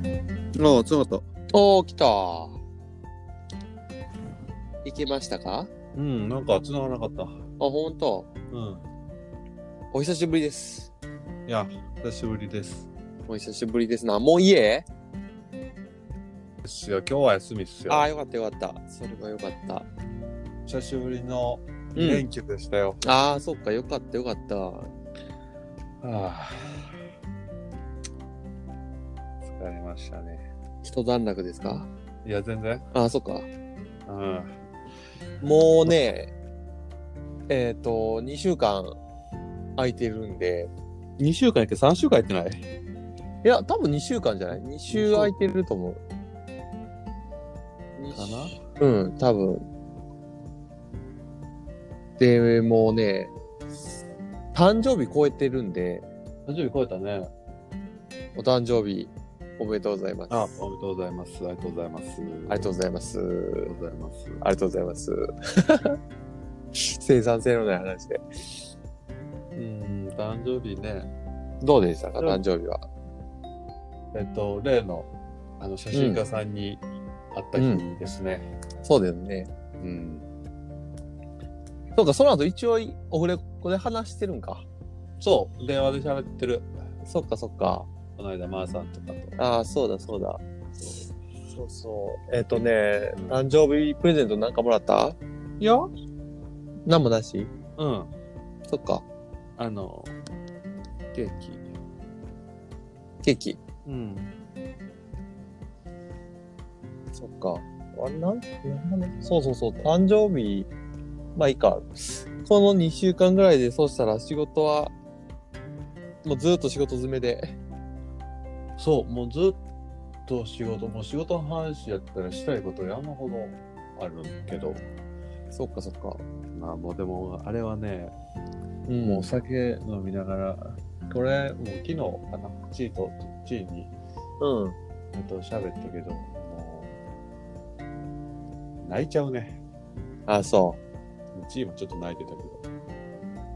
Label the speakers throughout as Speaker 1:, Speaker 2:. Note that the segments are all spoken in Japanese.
Speaker 1: ああ、つながっ
Speaker 2: おお、来た。行けましたかあ、
Speaker 1: た。うん、なんか繋がらなかった。
Speaker 2: ほんと。
Speaker 1: う
Speaker 2: お久しぶりです。
Speaker 1: ん。いや、久しぶりです。
Speaker 2: お久しぶりですな。もう家
Speaker 1: ですよ、今日は休みっすよ
Speaker 2: あ。あ、よかったよかった。それはよかった。
Speaker 1: 久しぶりの
Speaker 2: うん
Speaker 1: 連休でしたよ。
Speaker 2: ああ、そっか、よかったよかった。
Speaker 1: はあ。疲れましたね。
Speaker 2: 一段落ですか
Speaker 1: いや、全然。
Speaker 2: ああ、そっか。
Speaker 1: うん。
Speaker 2: もうね、えっ、と、2週間空いてるんで、
Speaker 1: 2週間やけど3週間やってない
Speaker 2: いや、多分2週間じゃない ?2 週空いてると思う。二週うん、多分。で、もうね、誕生日超えてるんで、
Speaker 1: 誕生日超えたね。
Speaker 2: お誕生日おめでとうございます。
Speaker 1: あ
Speaker 2: あ、
Speaker 1: おめでとうございます。ありがとうございます。
Speaker 2: りがとうございます。
Speaker 1: ありがとうございます。
Speaker 2: ありがとうございます。 生産性のない話で。
Speaker 1: うん、誕生日ね。
Speaker 2: どうでしたか、
Speaker 1: うん
Speaker 2: 誕生日は。
Speaker 1: えっと、例の、あの、写真家さんに会った日ですね。
Speaker 2: そうだよね。
Speaker 1: うん。
Speaker 2: そうか、その後一応オフレコで話してるんか。
Speaker 1: そう、電話で喋ってる。
Speaker 2: そっかそっか。
Speaker 1: この間、まー、さんとかと。
Speaker 2: ああ、そうだそうだ。そうそう。えっ、とね、誕生日プレゼントなんかもらった
Speaker 1: いや、
Speaker 2: 何もなし
Speaker 1: うん。
Speaker 2: そっか。
Speaker 1: あの、ケーキ。
Speaker 2: ケーキ。
Speaker 1: うん。
Speaker 2: そっか。あれ、なん、なんそうそうそう。誕生日、まあいいか。この2週間ぐらいで、そうしたら仕事は、もうずっと仕事詰めで。
Speaker 1: そう、もうずっと仕事、もう仕事の話やったらしたいこと山ほどあるけど、
Speaker 2: そっかそっか。
Speaker 1: まあもうでも、あれはね、
Speaker 2: うん
Speaker 1: もうお酒飲みながら、これ、もう昨日かな、チーと、チーに、
Speaker 2: うん。
Speaker 1: えっと、喋ったけど、もう、泣いちゃうね。
Speaker 2: あ、そう。
Speaker 1: チーもちょっと泣いてたけど、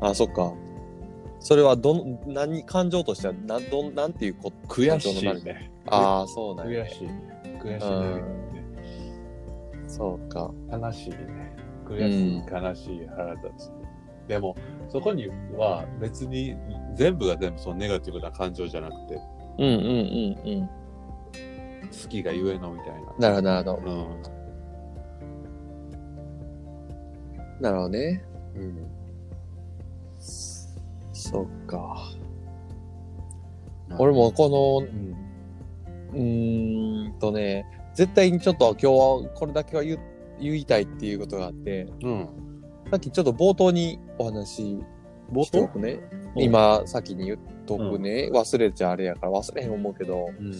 Speaker 2: あ、そっか。それは、どの、何、感情としては、な、どん、なんていうこ
Speaker 1: 悔し
Speaker 2: 感情のない
Speaker 1: ね。
Speaker 2: ああ、そうなんや、
Speaker 1: 悔
Speaker 2: ね。
Speaker 1: しいね。悔しい涙ね。
Speaker 2: そうか。
Speaker 1: 悲しいね悔しい、悲しい腹立つでもそこには別に全部が全部そのネガティブな感情じゃなくて
Speaker 2: うんうんうんうん。
Speaker 1: 好きがゆえのみたい
Speaker 2: なるほど、なるほど。
Speaker 1: なうん、
Speaker 2: なるほどね。
Speaker 1: うん、
Speaker 2: そうか。俺、もこの、
Speaker 1: うん、
Speaker 2: うーんとね、絶対にちょっと今日はこれだけは言う言いたいっていうことがあって、
Speaker 1: うん、
Speaker 2: さっきちょっと冒頭にお話し
Speaker 1: 冒
Speaker 2: してお
Speaker 1: 頭
Speaker 2: くね。
Speaker 1: うん
Speaker 2: 今、先に言っとくね。忘れちゃあれやから忘れへん思うけど、
Speaker 1: うん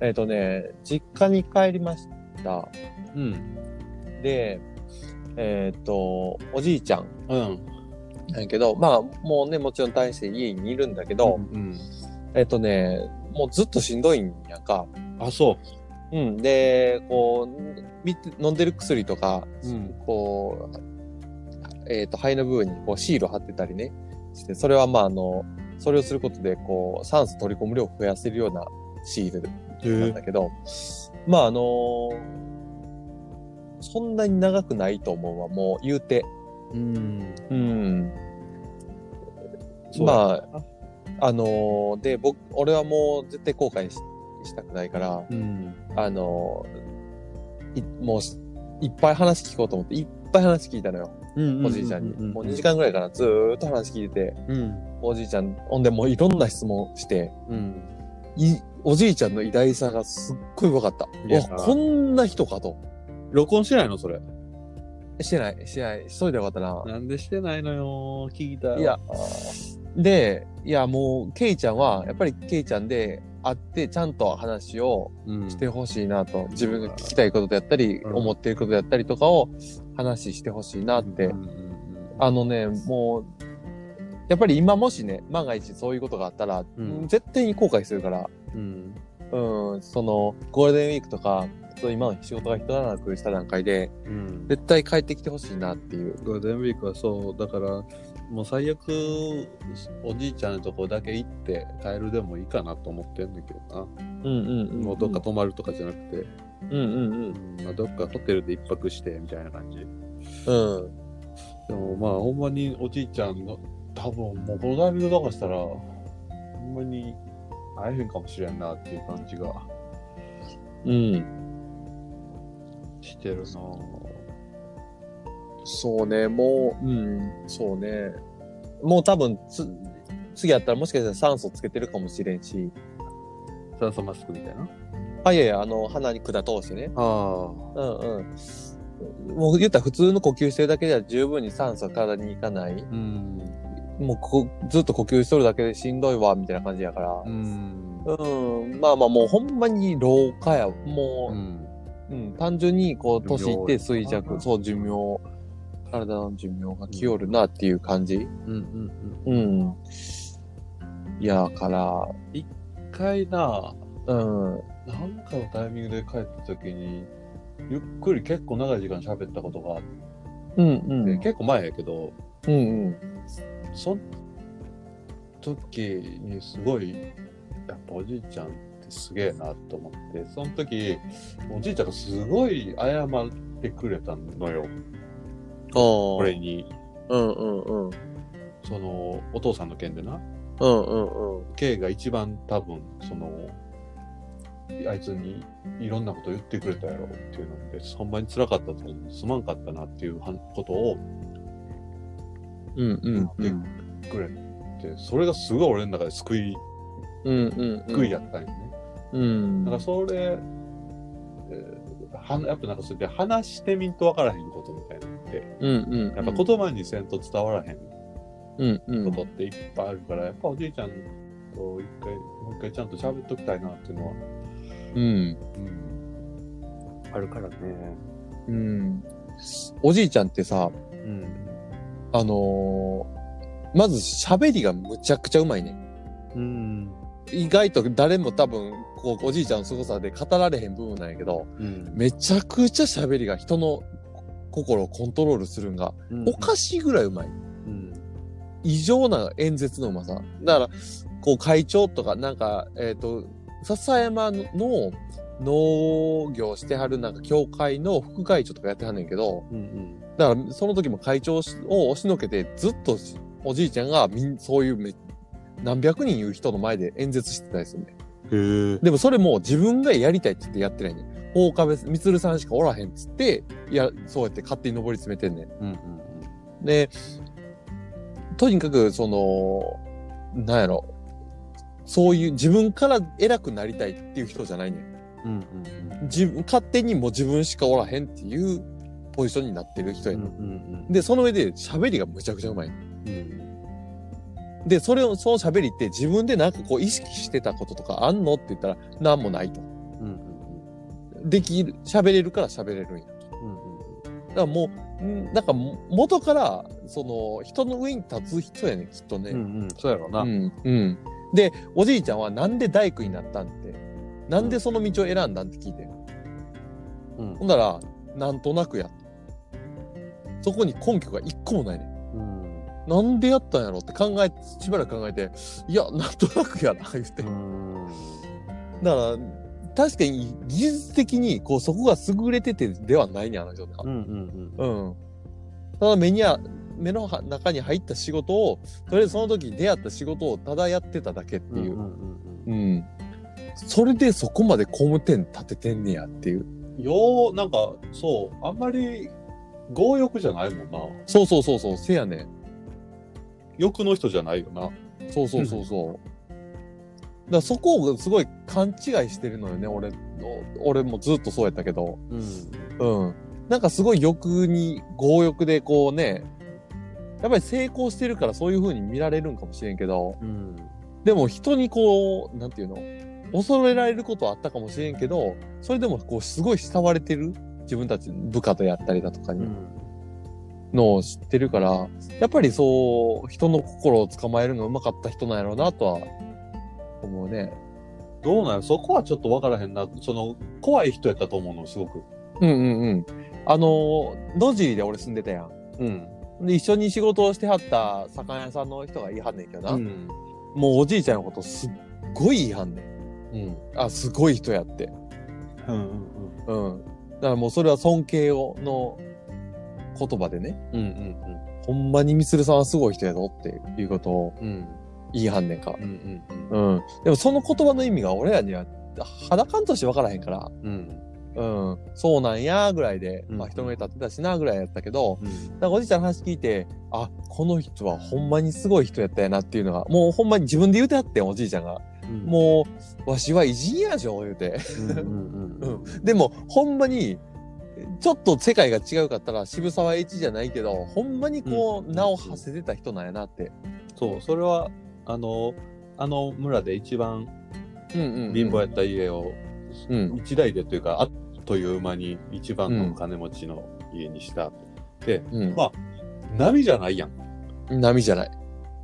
Speaker 2: えっ、とね、実家に帰りました。
Speaker 1: うん
Speaker 2: で、えっ、と、おじいちゃん
Speaker 1: うん
Speaker 2: なんやけど、まあ、もうね、もちろん大して家にいるんだけど、
Speaker 1: うん
Speaker 2: えっとね、もうずっとしんどいんやんか。
Speaker 1: あそ
Speaker 2: うん。で、こう、み飲んでる薬とか、
Speaker 1: ううん
Speaker 2: こう、えっ、と、肺の部分にこうシール貼ってたりね、して、それはまあ、あの、それをすることで、こう、酸素取り込む量を増やせるようなシール
Speaker 1: へ
Speaker 2: なんだけど、まあ、あのそんなに長くないと思うわ、もう言うて。
Speaker 1: うん
Speaker 2: うん。
Speaker 1: そう
Speaker 2: まあ、あのーで、僕、俺はもう絶対後悔ししたくないから、
Speaker 1: うん
Speaker 2: あのーいもうし、いっぱい話聞こうと思って、いっぱい話聞いたのよ、
Speaker 1: うん
Speaker 2: おじいちゃんに。もう2時
Speaker 1: 間
Speaker 2: 間ぐらいかな、ずーっと話聞いてて、
Speaker 1: うん
Speaker 2: おじいちゃん、ほんでもういろんな質問して、
Speaker 1: うん
Speaker 2: いおじいちゃんの偉大さがすっごい分かった。
Speaker 1: いや
Speaker 2: うわ、こんな人かと。
Speaker 1: 録音してないのそれ
Speaker 2: してない、してない、しといてよかったな。
Speaker 1: なんでしてないのよ聞いた
Speaker 2: いやで、いや、もう、ケイちゃんは、やっぱりケイちゃんで会って、ちゃんと話を
Speaker 1: うん
Speaker 2: してほしいなと、自分が聞きたいことであったり、
Speaker 1: うん
Speaker 2: 思っていることであったりとかを話してほしいなって、
Speaker 1: うんうんうん
Speaker 2: あのね、もう、やっぱり今もしね、万が一そういうことがあったら、
Speaker 1: うん
Speaker 2: 絶対に後悔するから、
Speaker 1: うん
Speaker 2: うん、その、ゴールデンウィークとか、そう今の仕事が一段落した段階で、
Speaker 1: うん
Speaker 2: 絶対帰ってきてほしいなっていう。
Speaker 1: ゴールデンウィークはそう、だから、もう最悪おじいちゃんのとこだけ行って帰るでもいいかなと思ってんだけどな、
Speaker 2: うんうんうん。
Speaker 1: もうどっか泊まるとかじゃなくて、
Speaker 2: うんうんうん。
Speaker 1: まあ、どっかホテルで一泊してみたいな感じ
Speaker 2: うん。
Speaker 1: でもまあほんまにおじいちゃんの多分もうこのタイミングとかしたらほんまに会えへんかもしれんなっていう感じが
Speaker 2: うん。
Speaker 1: してるな
Speaker 2: そうね、もう、うん、そうね。もう多分つ、次やったらもしかしたら酸素つけてるかもしれんし。
Speaker 1: 酸素マスクみたいな
Speaker 2: あ、いやいや、あの、鼻に管通してね。
Speaker 1: あ
Speaker 2: うんうん。もう言ったら普通の呼吸してるだけでは十分に酸素は体に行かない。
Speaker 1: うん
Speaker 2: もうこずっと呼吸しとるだけでしんどいわ、みたいな感じやから。
Speaker 1: うん
Speaker 2: うん、まあまあもうほんまに老化や。
Speaker 1: う
Speaker 2: も
Speaker 1: ん
Speaker 2: う、うん、単純にこう、
Speaker 1: 寿命
Speaker 2: 年いって衰
Speaker 1: う
Speaker 2: 弱、
Speaker 1: ん
Speaker 2: そう、寿命、体の寿命が来よるなっていう感じ。
Speaker 1: うんうん
Speaker 2: うん。いや、から、
Speaker 1: 一回な
Speaker 2: うん、
Speaker 1: なんかのタイミングで帰った時にゆっくり結構長い時間喋ったことがあって、
Speaker 2: うん、うん、
Speaker 1: 結構前やけど
Speaker 2: うん、うん、
Speaker 1: その時にすごいやっぱおじいちゃんってすげえなと思ってその時おじいちゃんがすごい謝ってくれたのよ
Speaker 2: こ
Speaker 1: 俺、に
Speaker 2: うん、うん、うん、
Speaker 1: そのお父さんの件でな
Speaker 2: うん、うん、
Speaker 1: K が一番多分そのあいつにいろんなこと言ってくれたやろっていうのでほんまに辛かったと思うすまんかったなっていうはんことを
Speaker 2: うん、うん、う
Speaker 1: 言
Speaker 2: ん、
Speaker 1: ってくれて、それがすごい俺の中で救い
Speaker 2: うん、うん、
Speaker 1: 救いやったんよね、
Speaker 2: うん、
Speaker 1: だからそれ、えーはやっぱなんかそれで話してみんと分からへんことみたいなのって
Speaker 2: うん、うん、
Speaker 1: やっぱ言葉にせんと伝わらへん
Speaker 2: うん、うん、
Speaker 1: ことっていっぱいあるから、やっぱおじいちゃんと一回もう一回ちゃんと喋っときたいなっていうのは、
Speaker 2: うん、
Speaker 1: あるからね
Speaker 2: うん。おじいちゃんってさ、
Speaker 1: うん
Speaker 2: あのーまず喋りがむちゃくちゃうまいね。
Speaker 1: うん
Speaker 2: 意外と誰も多分、こう、おじいちゃんの凄さで語られへん部分なんやけど、
Speaker 1: うん
Speaker 2: めちゃくちゃ喋りが人の心をコントロールするんが、おかしいぐらいうまい。
Speaker 1: うん
Speaker 2: 異常な演説のうまさ。だから、こう、会長とか、なんか、えっ、と、笹山の農業してはる、なんか、協会の副会長とかやってはんねんけど、
Speaker 1: うん
Speaker 2: だからその時も会長を押しのけてずっとおじいちゃんがみんそういうめ何百人いう人の前で演説してたりするね
Speaker 1: へえ
Speaker 2: でもそれも自分がやりたいって言ってやってないねん大壁充さんしかおらへんっつっていやそうやって勝手に上り詰めてんね
Speaker 1: うん
Speaker 2: んでとにかくそのなんやろそういう自分から偉くなりたいっていう人じゃないねん
Speaker 1: うんうんうん
Speaker 2: 自分勝手にもう自分しかおらへんっていうポジションになってる人
Speaker 1: う
Speaker 2: や
Speaker 1: ん
Speaker 2: ねん
Speaker 1: うん
Speaker 2: で、その上で喋りがむちゃくちゃうまい。
Speaker 1: うん
Speaker 2: で、それを、その喋りって自分でなんかこう意識してたこととかあんのって言ったら、なんもないと。
Speaker 1: うん
Speaker 2: できる、喋れるから喋れるんや。だからもう、んなんかも元から、その、人の上に立つ人やねきっとね。
Speaker 1: うんうんうんそうやろな
Speaker 2: うん。うん。で、おじいちゃんはなんで大工になったんって、なんでその道を選んだんって聞いて。
Speaker 1: うん
Speaker 2: ほんなら、なんとなくや。そこに根拠が一個もないね。
Speaker 1: うん
Speaker 2: なんでやったんやろって考え、しばらく考えて、いや、なんとなくやな、言って。
Speaker 1: う
Speaker 2: だか
Speaker 1: ん
Speaker 2: ら、確かに技術的に、こう、そこが優れててではないね、あの人が
Speaker 1: うんう。ん
Speaker 2: うん。ただ、目には、目の中に入った仕事を、とりあえずその時出会った仕事をただやってただけっ
Speaker 1: う
Speaker 2: て
Speaker 1: ん
Speaker 2: いうう。
Speaker 1: んうん
Speaker 2: うん。それでそこまで工務店立ててんねやっていう。
Speaker 1: うんようなんかそうあんまり強欲じゃないもんな
Speaker 2: そうそうそうそう、せやねん。
Speaker 1: 欲の人じゃないよな
Speaker 2: そうそうそうそう。だからそこをすごい勘違いしてるのよね、俺の。俺もずっとそうやったけど。
Speaker 1: うん
Speaker 2: うん。なんかすごい欲に、強欲でこうね、やっぱり成功してるからそういう風に見られるんかもしれんけど、
Speaker 1: うん
Speaker 2: でも人にこう、なんていうの、恐れられることはあったかもしれんけど、それでもこうすごい慕われてる自分たち部下とやったりだとか
Speaker 1: う
Speaker 2: に
Speaker 1: ん
Speaker 2: のを知ってるから、やっぱりそう、人の心を捕まえるのうまかった人なんやろうなとは思うね。
Speaker 1: どうなんやそこはちょっとわからへんなその怖い人やったと思うのすごく
Speaker 2: うんうんうん。あの、野尻で俺住んでたやん。
Speaker 1: うん
Speaker 2: で一緒に仕事をしてはった魚屋さんの人が言いはんねんけどな、
Speaker 1: うん。
Speaker 2: もうおじいちゃんのことすっごい言いはんねん
Speaker 1: うん。
Speaker 2: あすごい人やって
Speaker 1: うん。
Speaker 2: うんだからもうそれは尊敬をの言葉でね
Speaker 1: うん。うん。
Speaker 2: ほんまにみつるさんはすごい人やぞっていうことを
Speaker 1: うん。うん。
Speaker 2: 言いはんねんか
Speaker 1: うん。うん。
Speaker 2: うんでもその言葉の意味が俺らには肌感として分からへんから
Speaker 1: うん。
Speaker 2: うんそうなんやぐらいで、
Speaker 1: うん
Speaker 2: まあ、人目立ってたしなぐらいやったけど、
Speaker 1: うん。
Speaker 2: だからおじいちゃんの話聞いて、あ、この人はほんまにすごい人やったやなっていうのが、もうほんまに自分で言うてはってん、おじいちゃんが。
Speaker 1: も
Speaker 2: もう、わしは偉人やじょ、言うて。
Speaker 1: うん。うん。うん。
Speaker 2: でも、ほんまに、ちょっと世界が違うかったら渋沢栄一じゃないけど、ほんまにこ
Speaker 1: う
Speaker 2: う、
Speaker 1: ん
Speaker 2: 名を馳せてた人なんやなって。
Speaker 1: そう、それは、あの、あの村で一番
Speaker 2: うんうん、
Speaker 1: 貧乏やった家を、
Speaker 2: うん
Speaker 1: 一代でというか、あっという間に一番の金持ちの家にした。
Speaker 2: うん。
Speaker 1: ま波じゃないやん。
Speaker 2: 波じゃない。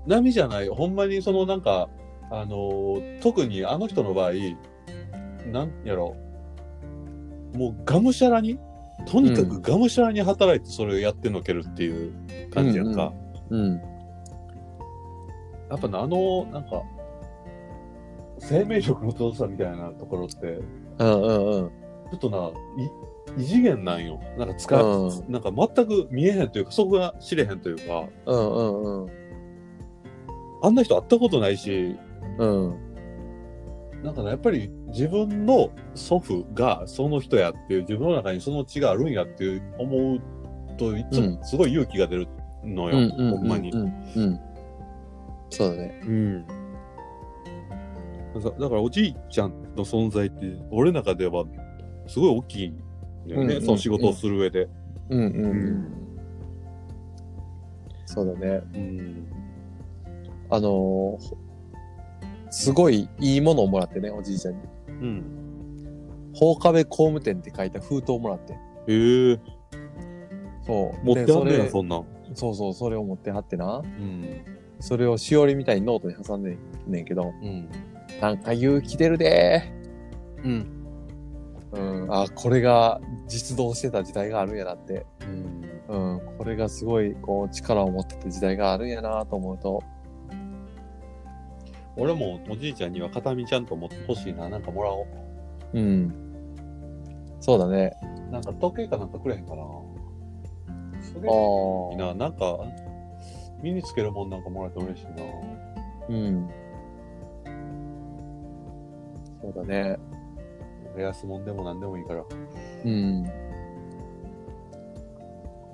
Speaker 1: 波じゃない。ほんまにそのなんか、あの、特にあの人の場合、なんやろ、もうがむしゃらに、とにかくがむしゃらに働いてそれをやってのけるっていう感じやんか。
Speaker 2: うん。
Speaker 1: やっぱなあの、なんか、生命力の強さみたいなところって、
Speaker 2: うんうんうん。
Speaker 1: ちょっとな、い異次元なんよ。なんか使う、
Speaker 2: う
Speaker 1: なんか全く見えへんというか、そこが知れへんというか、
Speaker 2: うんうんうん。
Speaker 1: あんな人会ったことないし、
Speaker 2: うん。
Speaker 1: なんかな、やっぱり自分の祖父がその人やっていう、自分の中にその血があるんやっていう思うと、いつもすごい勇気が出るのよ、ほんまに
Speaker 2: う。んうん。そうだね。
Speaker 1: うん。だからだからおじいちゃんの存在って、俺の中ではすごい大きいんだよね、
Speaker 2: うんうん
Speaker 1: その仕事をする上で。
Speaker 2: うんうん
Speaker 1: う
Speaker 2: うん。そうだね。
Speaker 1: うん。
Speaker 2: あのーほすごいいいものをもらってね、おじいちゃんに。
Speaker 1: うん。
Speaker 2: 放火部工務店って書いた封筒をもらって。
Speaker 1: へえ、
Speaker 2: そう。
Speaker 1: 持ってあんね
Speaker 2: で
Speaker 1: や、
Speaker 2: そ
Speaker 1: そんなん。
Speaker 2: れそうそう、それを持ってはってな。
Speaker 1: うん。
Speaker 2: それをしおりみたいにノートに挟んでんねんけど、
Speaker 1: うん。
Speaker 2: なんか勇気出るで
Speaker 1: うん。
Speaker 2: ー。うん。あ、これが実動してた時代があるんやなって。
Speaker 1: うん。
Speaker 2: うん。これがすごい、こう、力を持ってた時代があるんやなと思うと。
Speaker 1: 俺もおじいちゃんには片身ちゃんと持ってほしいな、なんかもらお
Speaker 2: うん。そうだね。
Speaker 1: う。なんか時計かなんかくれへんかな。そ
Speaker 2: あ
Speaker 1: れいいな、
Speaker 2: あ。
Speaker 1: なんか、身につけるもんなんかもらえて嬉しいな。
Speaker 2: うん。そうだね。
Speaker 1: レアスもんでもなんでもいいから。
Speaker 2: うん。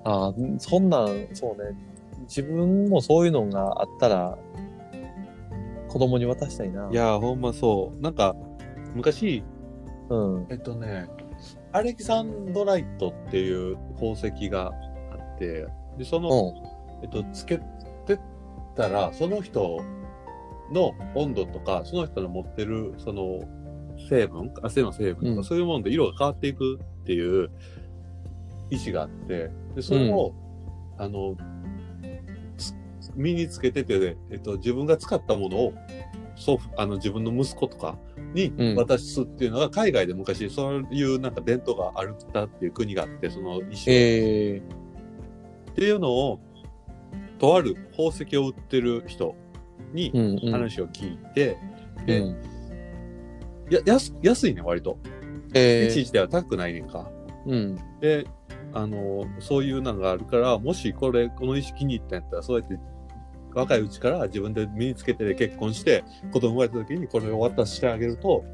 Speaker 2: ああ、そんなん、そうね。自分もそういうのがあったら、子供に渡したいな。
Speaker 1: い、やーほんまそう。なんか、昔、
Speaker 2: うん。
Speaker 1: えっとね、アレキサンドライトっていう宝石があって、で、その、
Speaker 2: う
Speaker 1: えっと、つけてたら、その人の温度とか、その人の持ってる、その、成分、汗の成分とか、
Speaker 2: うん
Speaker 1: そういうもので色が変わっていくっていう意思があって、で、それを、あの、つ身につけてて、えっと、自分が使ったものを、祖父、あの、自分の息子とかに
Speaker 2: うん
Speaker 1: 渡すっていうのが、海外で昔、そういうなんか伝統があるったっていう国があって、その意思を
Speaker 2: ん。ええ
Speaker 1: っていうのをとある宝石を売ってる人に
Speaker 2: うんうん。
Speaker 1: 話を聞いて、
Speaker 2: う
Speaker 1: で
Speaker 2: ん、
Speaker 1: や安安いね割と
Speaker 2: え
Speaker 1: 一
Speaker 2: え
Speaker 1: 時では高くないねんか
Speaker 2: うん。
Speaker 1: であのそういうのがあるからもしこれこの意識気に入ったんやったらそうやって若いうちから自分で身につけてで結婚して子供生まれた時にこれを渡してあげると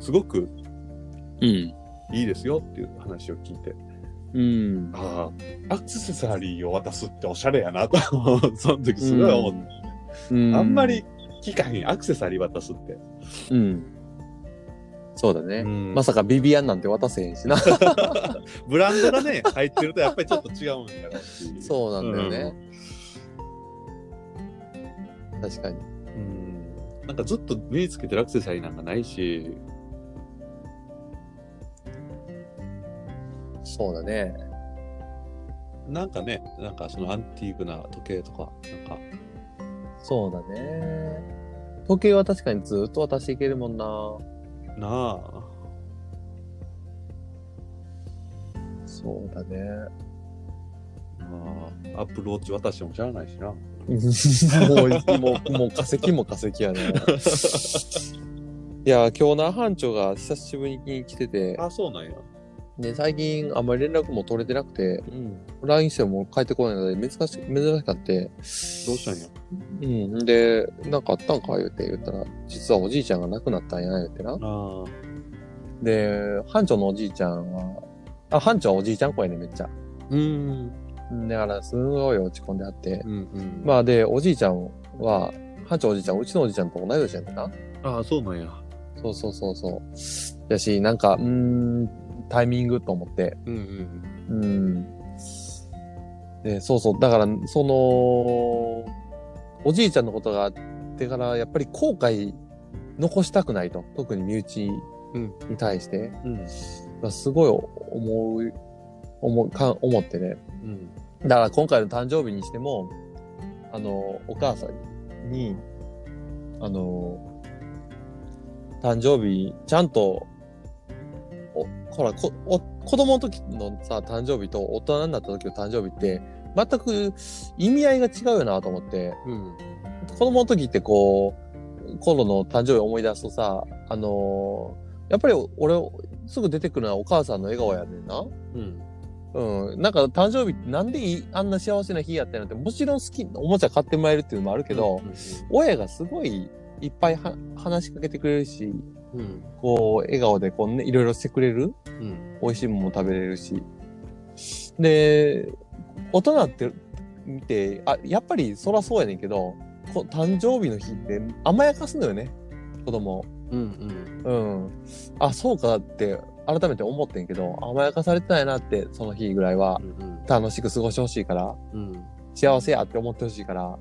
Speaker 1: すごく
Speaker 2: うん。
Speaker 1: いいですよっていう話を聞いて
Speaker 2: うん。
Speaker 1: ああアクセサリーを渡すっておしゃれやなと その時すごい思って。
Speaker 2: うん。
Speaker 1: あんまり、聞かへん、アクセサリー渡すって。
Speaker 2: うん。そうだね。
Speaker 1: うん
Speaker 2: まさかビビアンなんて渡せへんしな。
Speaker 1: ブランドがね、 入ってるとやっぱりちょっと違うんだなっていう。
Speaker 2: そうなんだよね。確かに。
Speaker 1: うん。なんかずっと身につけてるアクセサリーなんかないし、
Speaker 2: そうだね。
Speaker 1: なんかね、なんかそのアンティークな時計とか、なんか、
Speaker 2: そうだね。時計は確かにずっと渡していけるもんな。
Speaker 1: なあ。
Speaker 2: そうだね。
Speaker 1: ああアップルウォッチ渡しても知らないしな。
Speaker 2: もう、もう、もう化石も化石やね。 いや、今日な班長が久しぶりに来てて、
Speaker 1: あ、そうなんや。
Speaker 2: ね、最近あんまり連絡も取れてなくて、
Speaker 1: うん。ど
Speaker 2: LINE しても帰ってこないので、珍し、珍しかって、
Speaker 1: うしたんや。
Speaker 2: うん。で、なんかあったんか言うて言ったら、実はおじいちゃんが亡くなったんや、言うてな。
Speaker 1: あ
Speaker 2: で、班長のおじいちゃんは、あ、班長はおじいちゃん子やね、めっちゃ。
Speaker 1: あ。うん。
Speaker 2: だから、すごい落ち込んであって。
Speaker 1: うんうん。
Speaker 2: まあ、で、おじいちゃんは、班長おじいちゃん、うちのおじいちゃんと同い年やねんな。
Speaker 1: ああ、そうなんや。
Speaker 2: そうそうそうそう。やし、なんか、うーん、タイミングと思って。
Speaker 1: うんうん。
Speaker 2: うん。で、そうそう。だから、その、おじいちゃんのことがあってから、やっぱり後悔残したくないと。特に身内
Speaker 1: うん
Speaker 2: に対して。
Speaker 1: うん。
Speaker 2: がすごい思う、思う、か思ってね。
Speaker 1: うん。
Speaker 2: だから今回の誕生日にしても、あの、お母さんに、あの、誕生日、ちゃんと、おほらこお、子供の時のさ、誕生日と大人になった時の誕生日って、全く意味合いが違うよなと思って、
Speaker 1: うん。
Speaker 2: 子供の時ってこう、頃の誕生日を思い出すとさ、あのやっぱり俺、すぐ出てくるのはお母さんの笑顔やねんな。
Speaker 1: うん。
Speaker 2: うん、なんか誕生日ってなんでいいあんな幸せな日やったのってもちろん好きおもちゃ買ってもらえるっていうのもあるけど、親がすごいいっぱいは話しかけてくれるし
Speaker 1: うん。うん。
Speaker 2: こう笑顔でこう、ね、いろいろしてくれる
Speaker 1: うん。
Speaker 2: 美味しいものも食べれるしで大人って見てあやっぱりそらそうやねんけどこ誕生日の日って甘やかすのよね子供
Speaker 1: うん。
Speaker 2: うんあそうかって改めて思ってんけど甘やかされてないなってその日ぐらいは
Speaker 1: うん。
Speaker 2: 楽しく過ごしてほしいから、
Speaker 1: うん。
Speaker 2: 幸せやって思ってほしいから、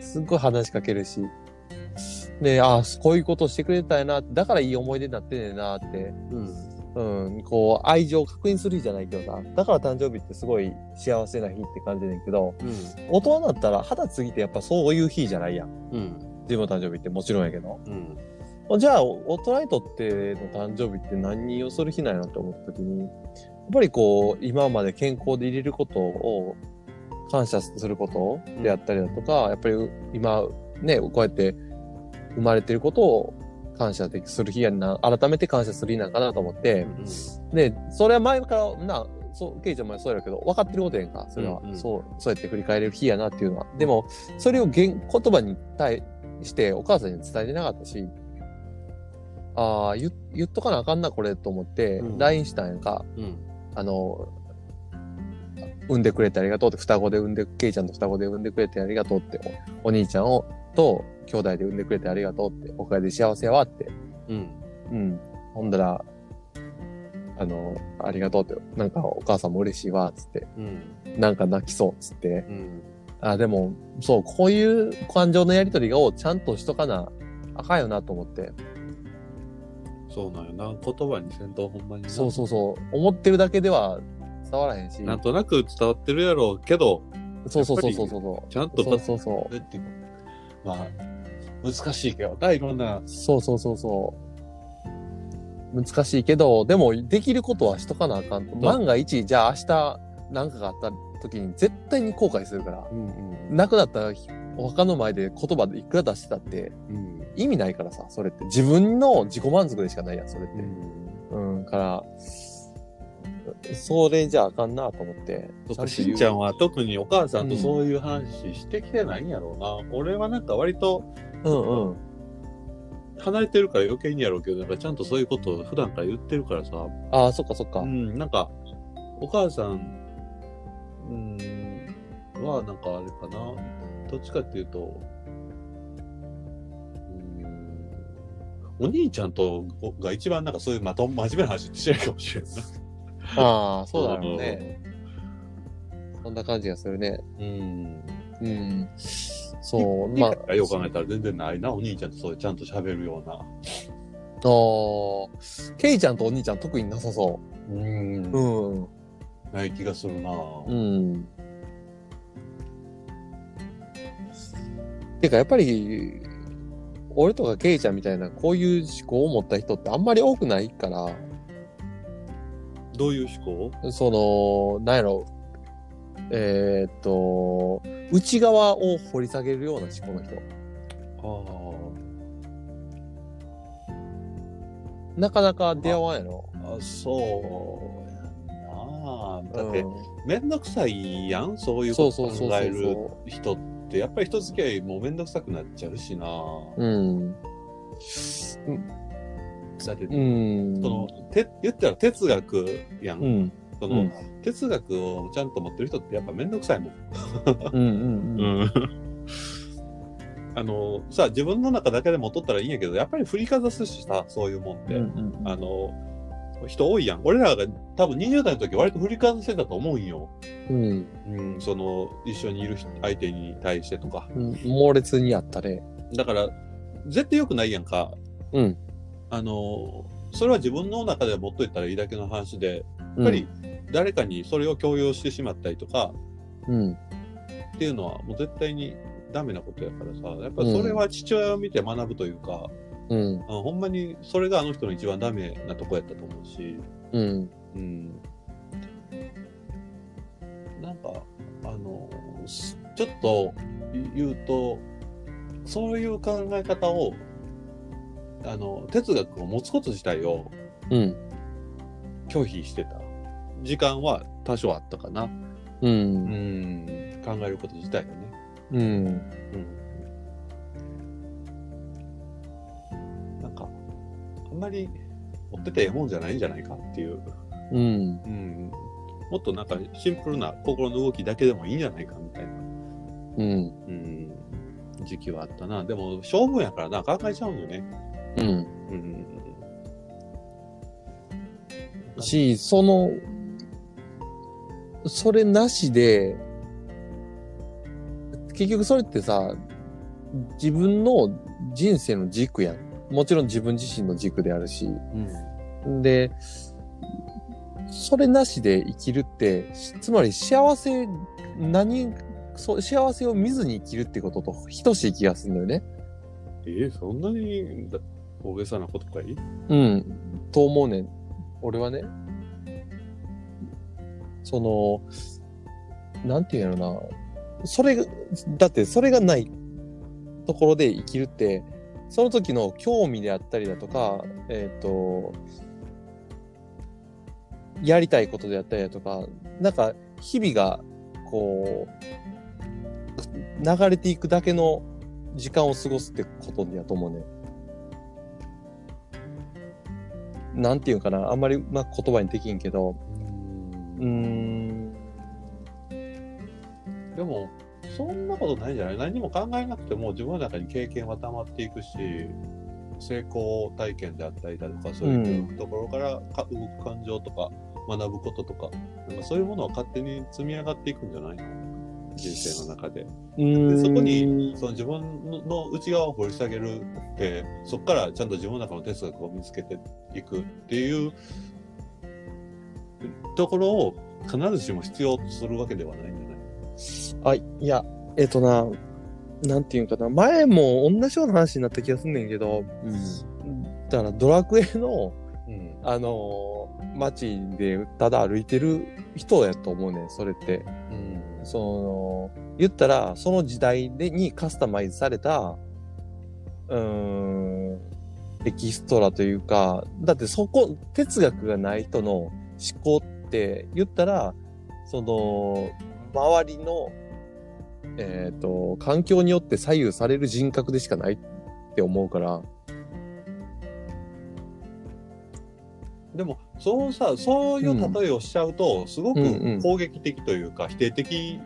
Speaker 2: すっごい話しかけるし、で、ああ、こういうことしてくれたんやな、だからいい思い出になってんねんなって、
Speaker 1: うん。
Speaker 2: うん、こう、愛情を確認する日じゃないけどな、だから誕生日ってすごい幸せな日って感じねんけど、大人だったら二十過ぎてやっぱそういう日じゃないやん。
Speaker 1: うん。
Speaker 2: 自分の誕生日ってもちろんやけど。
Speaker 1: うん。
Speaker 2: じゃあ、大人にとっての誕生日って何をする日なんやろって思った時に、やっぱりこう、今まで健康でいれることを感謝することであったりだとか、やっぱり今、ね、こうやって生まれてることを感謝する日やな、改めて感謝する日なんかなと思って、で、それは前から、な、そう、ケイちゃんもそうやけど、分かってることやんか、それは。
Speaker 1: うんうん
Speaker 2: そう、そうやって振り返れる日やなっていうのは。でも、それを言言葉に対して、お母さんに伝えてなかったし、ああ、言言っとかなあかんな、これ、と思って
Speaker 1: う、ん
Speaker 2: LINE したんやんか、
Speaker 1: うん。
Speaker 2: あの、産んでくれてありがとうって、双子で産んで、ケイちゃんと双子で産んでくれてありがとうって、おお兄ちゃんを、と、兄弟で産んでくれてありがとうって、おかげで幸せやわって、
Speaker 1: うん。
Speaker 2: うん。ほんだら、あの、ありがとうって、なんかお母さんも嬉しいわ、つって、
Speaker 1: うん。
Speaker 2: なんか泣きそう、つって。
Speaker 1: うん。
Speaker 2: あ、でも、そう、こういう感情のやりとりをちゃんとしとかな、あかんよなと思って。
Speaker 1: そうなんよな。言葉にせんとほんまにな
Speaker 2: そうそうそう。思ってるだけでは伝わらへんし。
Speaker 1: なんとなく伝わってるやろうけど、
Speaker 2: そうそうそうそうそう。
Speaker 1: ちゃんと
Speaker 2: そう
Speaker 1: 伝わ
Speaker 2: そうそう。
Speaker 1: るっていうまあ、難しいけどな、いろんな。
Speaker 2: そうそうそうそう。難しいけど、でもできることはしとかなあかんと。
Speaker 1: ん
Speaker 2: 万が一、じゃあ明日なんかがあった時に絶対に後悔するから。
Speaker 1: うんうん。
Speaker 2: 亡くなった日お墓の前で言葉でいくら出してたって
Speaker 1: うん。
Speaker 2: 意味ないからさ、それって。自分の自己満足でしかないやん、それって。
Speaker 1: うん。
Speaker 2: うん、から、それじゃあかんなと思って。
Speaker 1: そっか、しんちゃん
Speaker 2: は。
Speaker 1: は特にお母さんとそういう話してきてないんやろうな。俺はなんか割と
Speaker 2: うんうん。
Speaker 1: 離れてるから余計にやろうけど、なんかちゃんとそういうことを普段から言ってるからさ、
Speaker 2: ああ、そっかそっか。
Speaker 1: う
Speaker 2: うん
Speaker 1: ん、なんか、お母さん、うん、は、なんかあれかな、どっちかっていうと、うん、お兄ちゃんとごが一番なんかそういうまと真面目な話してないかもしれんない。
Speaker 2: ああ、そうだろうね。そんな感じがするね。
Speaker 1: うん。
Speaker 2: うん。そう、
Speaker 1: ま
Speaker 2: まあ、あ
Speaker 1: あ、よく考えたら全然ないな、お兄ちゃんとそういうちゃんと喋るような。
Speaker 2: ーケイちゃんとお兄ちゃん特になさそ
Speaker 1: うん
Speaker 2: う。うん。
Speaker 1: ない気がするな。
Speaker 2: うん。てか、やっぱり、俺とかケイちゃんみたいな、こういう思考を持った人ってあんまり多くないから、
Speaker 1: どういう思考
Speaker 2: その、なんやろ、えーっと、内側を掘り下げるような思考の人。なかなか出会わんやろ。
Speaker 1: ああそうやなだって
Speaker 2: うん、
Speaker 1: 面倒くさいやんそういうこ
Speaker 2: そう
Speaker 1: と
Speaker 2: そうそう
Speaker 1: 考
Speaker 2: そ
Speaker 1: える
Speaker 2: う。
Speaker 1: 人ってやっぱり人付き合いもう面倒くさくなっちゃうしな、
Speaker 2: うん。
Speaker 1: だって、
Speaker 2: うん。
Speaker 1: そのて言ったら哲学やん、
Speaker 2: うん。
Speaker 1: その、
Speaker 2: うん
Speaker 1: 哲学をちゃんと持ってる人ってやっぱ面倒くさいもん
Speaker 2: うんうんうん。
Speaker 1: あのさ自分の中だけでも取ったらいいんやけどやっぱり振りかざすしさそういうもんって、
Speaker 2: うんうんうん
Speaker 1: あの人多いやん俺らが多分20代の時割と振りかざしてたと思うんよ、
Speaker 2: うん。
Speaker 1: うん、その一緒にいる人相手に対してとか
Speaker 2: うん猛烈にやったね。
Speaker 1: だから絶対良くないやんか
Speaker 2: うん。
Speaker 1: あのそれは自分の中で持っといたらいいだけの話でや
Speaker 2: や
Speaker 1: っぱり、誰かにそれを強要してしまったりとか、
Speaker 2: うん。
Speaker 1: っていうのはもう絶対にダメなことやからさやっぱそれは父親を見て学ぶというか、
Speaker 2: うん。
Speaker 1: あほんまにそれがあの人の一番ダメなとこやったと思うし、
Speaker 2: うん。
Speaker 1: うん、なんかあのすちょっと言うとそういう考え方をあの哲学を持つこと自体を
Speaker 2: うん。
Speaker 1: 拒否してた時間は多少あったかな、う
Speaker 2: う。
Speaker 1: んん、考えること自体がね。
Speaker 2: うん。
Speaker 1: うんなんか、あんまり持っててええもんじゃないんじゃないかっていう、
Speaker 2: うん。
Speaker 1: うん、もっとなんかシンプルな心の動きだけでもいいんじゃないかみたいな、
Speaker 2: うん。
Speaker 1: うん、時期はあったな。でも、勝負やからな、考えちゃうんよね。
Speaker 2: うん。
Speaker 1: うん。
Speaker 2: し、その、それなしで、結局それってさ、自分の人生の軸やん。もちろん自分自身の軸であるし。
Speaker 1: うん
Speaker 2: で、それなしで生きるって、しつまり幸せ、何、そう、幸せを見ずに生きるってことと等しい気がするんだよね。
Speaker 1: えーそんなにだ大げさなことかい
Speaker 2: うん。と思うねん。俺はね。その、なんていうんやろな。それが、だってそれがないところで生きるって、その時の興味であったりだとか、えっ、と、やりたいことであったりだとか、なんか日々がこう、流れていくだけの時間を過ごすってことやと思うねん。なんていうんかな、あんまりうまく言葉にできんけど、うーん、
Speaker 1: でも、そんなことないんじゃない何も考えなくても自分の中に経験は溜まっていくし、成功体験であったりだとか、そういうところからか、動く感情とか、学ぶこととか、なんかそういうものは勝手に積み上がっていくんじゃないの人生の中で。
Speaker 2: うーん
Speaker 1: でそこに、その自分の内側を掘り下げるって、そこからちゃんと自分の中の哲学を見つけていくっていうところを必ずしも必要とするわけではないんじゃない
Speaker 2: あ、いや、えっとな、なんていうんかな、前も同じような話になった気がすんねんけど、だからドラクエの、
Speaker 1: うん
Speaker 2: あのー街でただ歩いてる人やと思うねん、それって。
Speaker 1: うん
Speaker 2: その、言ったら、その時代でにカスタマイズされた、うーん、エキストラというか、だってそこ、哲学がない人の思考って言ったら、その、周りの、えっ、と、環境によって左右される人格でしかないって思うから、
Speaker 1: でもそうさそういう例えをしちゃうと、すご
Speaker 2: うんうん
Speaker 1: く攻撃的というか、否定的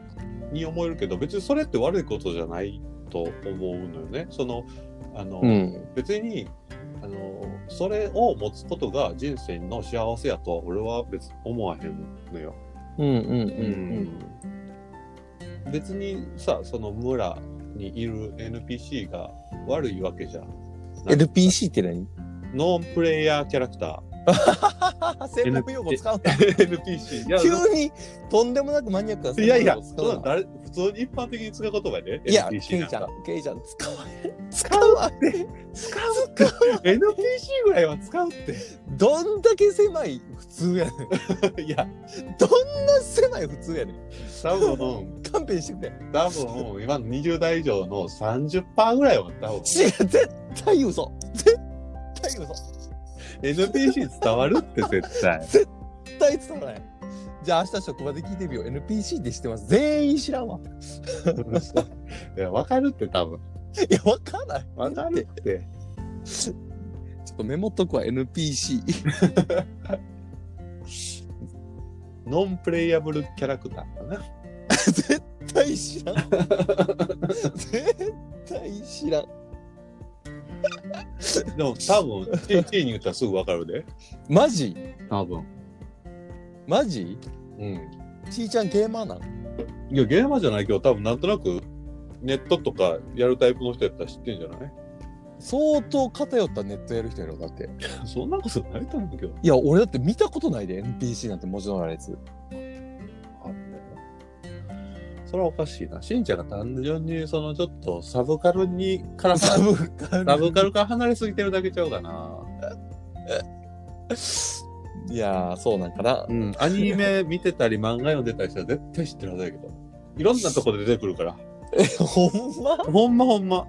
Speaker 1: に思えるけど別にそれって悪いことじゃないと思うのよね。そのあの、
Speaker 2: うん、
Speaker 1: 別にあのそれを持つことが人生の幸せやとは俺は別に思わへんのよ。
Speaker 2: うん、うん、
Speaker 1: うん別にさその村にいる NPC が悪いわけじゃ
Speaker 2: うん。LPC って何
Speaker 1: ノンプレイヤーキャラクタ
Speaker 2: 専門用語使うな。
Speaker 1: ー NPC いや
Speaker 2: 急にとんでもなくマニアックな専
Speaker 1: いやいや、
Speaker 2: 門用語
Speaker 1: そんな
Speaker 2: 使うな
Speaker 1: 誰普通に一般的に使う言葉で、ね、
Speaker 2: いや、ケ
Speaker 1: NPC
Speaker 2: イ
Speaker 1: なん
Speaker 2: ちゃ
Speaker 1: か
Speaker 2: ん、ケイちゃん、使われ、使われ、使うか。
Speaker 1: NPC ぐらいは使うっ
Speaker 2: どんだけ狭い普通やねん。
Speaker 1: ていや
Speaker 2: どんな狭い普通やねん。
Speaker 1: 多分
Speaker 2: 勘弁してくれ。
Speaker 1: 多分今の20代以上の30%ぐらいは多分
Speaker 2: 違う、絶対嘘。絶対嘘。
Speaker 1: NPC 伝わるって絶 対
Speaker 2: 絶対伝わらない。じゃあ明日職場で聞いてみよう。NPC って知ってます。全員知らんわ。
Speaker 1: いや分かるって多分
Speaker 2: いや、わかんない。
Speaker 1: 分かるって
Speaker 2: ちょっとメモっとくわ、NPC。
Speaker 1: ノンプレイヤブルキャラクターかな
Speaker 2: 絶対知 らん。絶対知らん。
Speaker 1: でも多分 TT に言ったらすぐ分かるで
Speaker 2: マジ
Speaker 1: 多分
Speaker 2: マジ
Speaker 1: うん
Speaker 2: ちーちゃんゲーマーなの
Speaker 1: いやゲーマーじゃないけど多分なんとなくネットとかやるタイプの人やったら知ってんじゃない
Speaker 2: 相当偏ったネットやる人やろ、だって。
Speaker 1: そんなことないと思うけど
Speaker 2: いや、俺だって見たことないで、NPC なんて文字のあるやつ。
Speaker 1: それはおかしいな。しんちゃんが単純に、そのちょっとサブカルにからさ、
Speaker 2: サブカル。
Speaker 1: サブカルから離れすぎてるだけちゃうかな。
Speaker 2: いやー、そうなんかな。
Speaker 1: うん。アニメ見てたり、漫画読んでたりしたら絶対知ってるはずだけど。いろんなとこで出てくるから。
Speaker 2: ほんま
Speaker 1: ほんまほんま。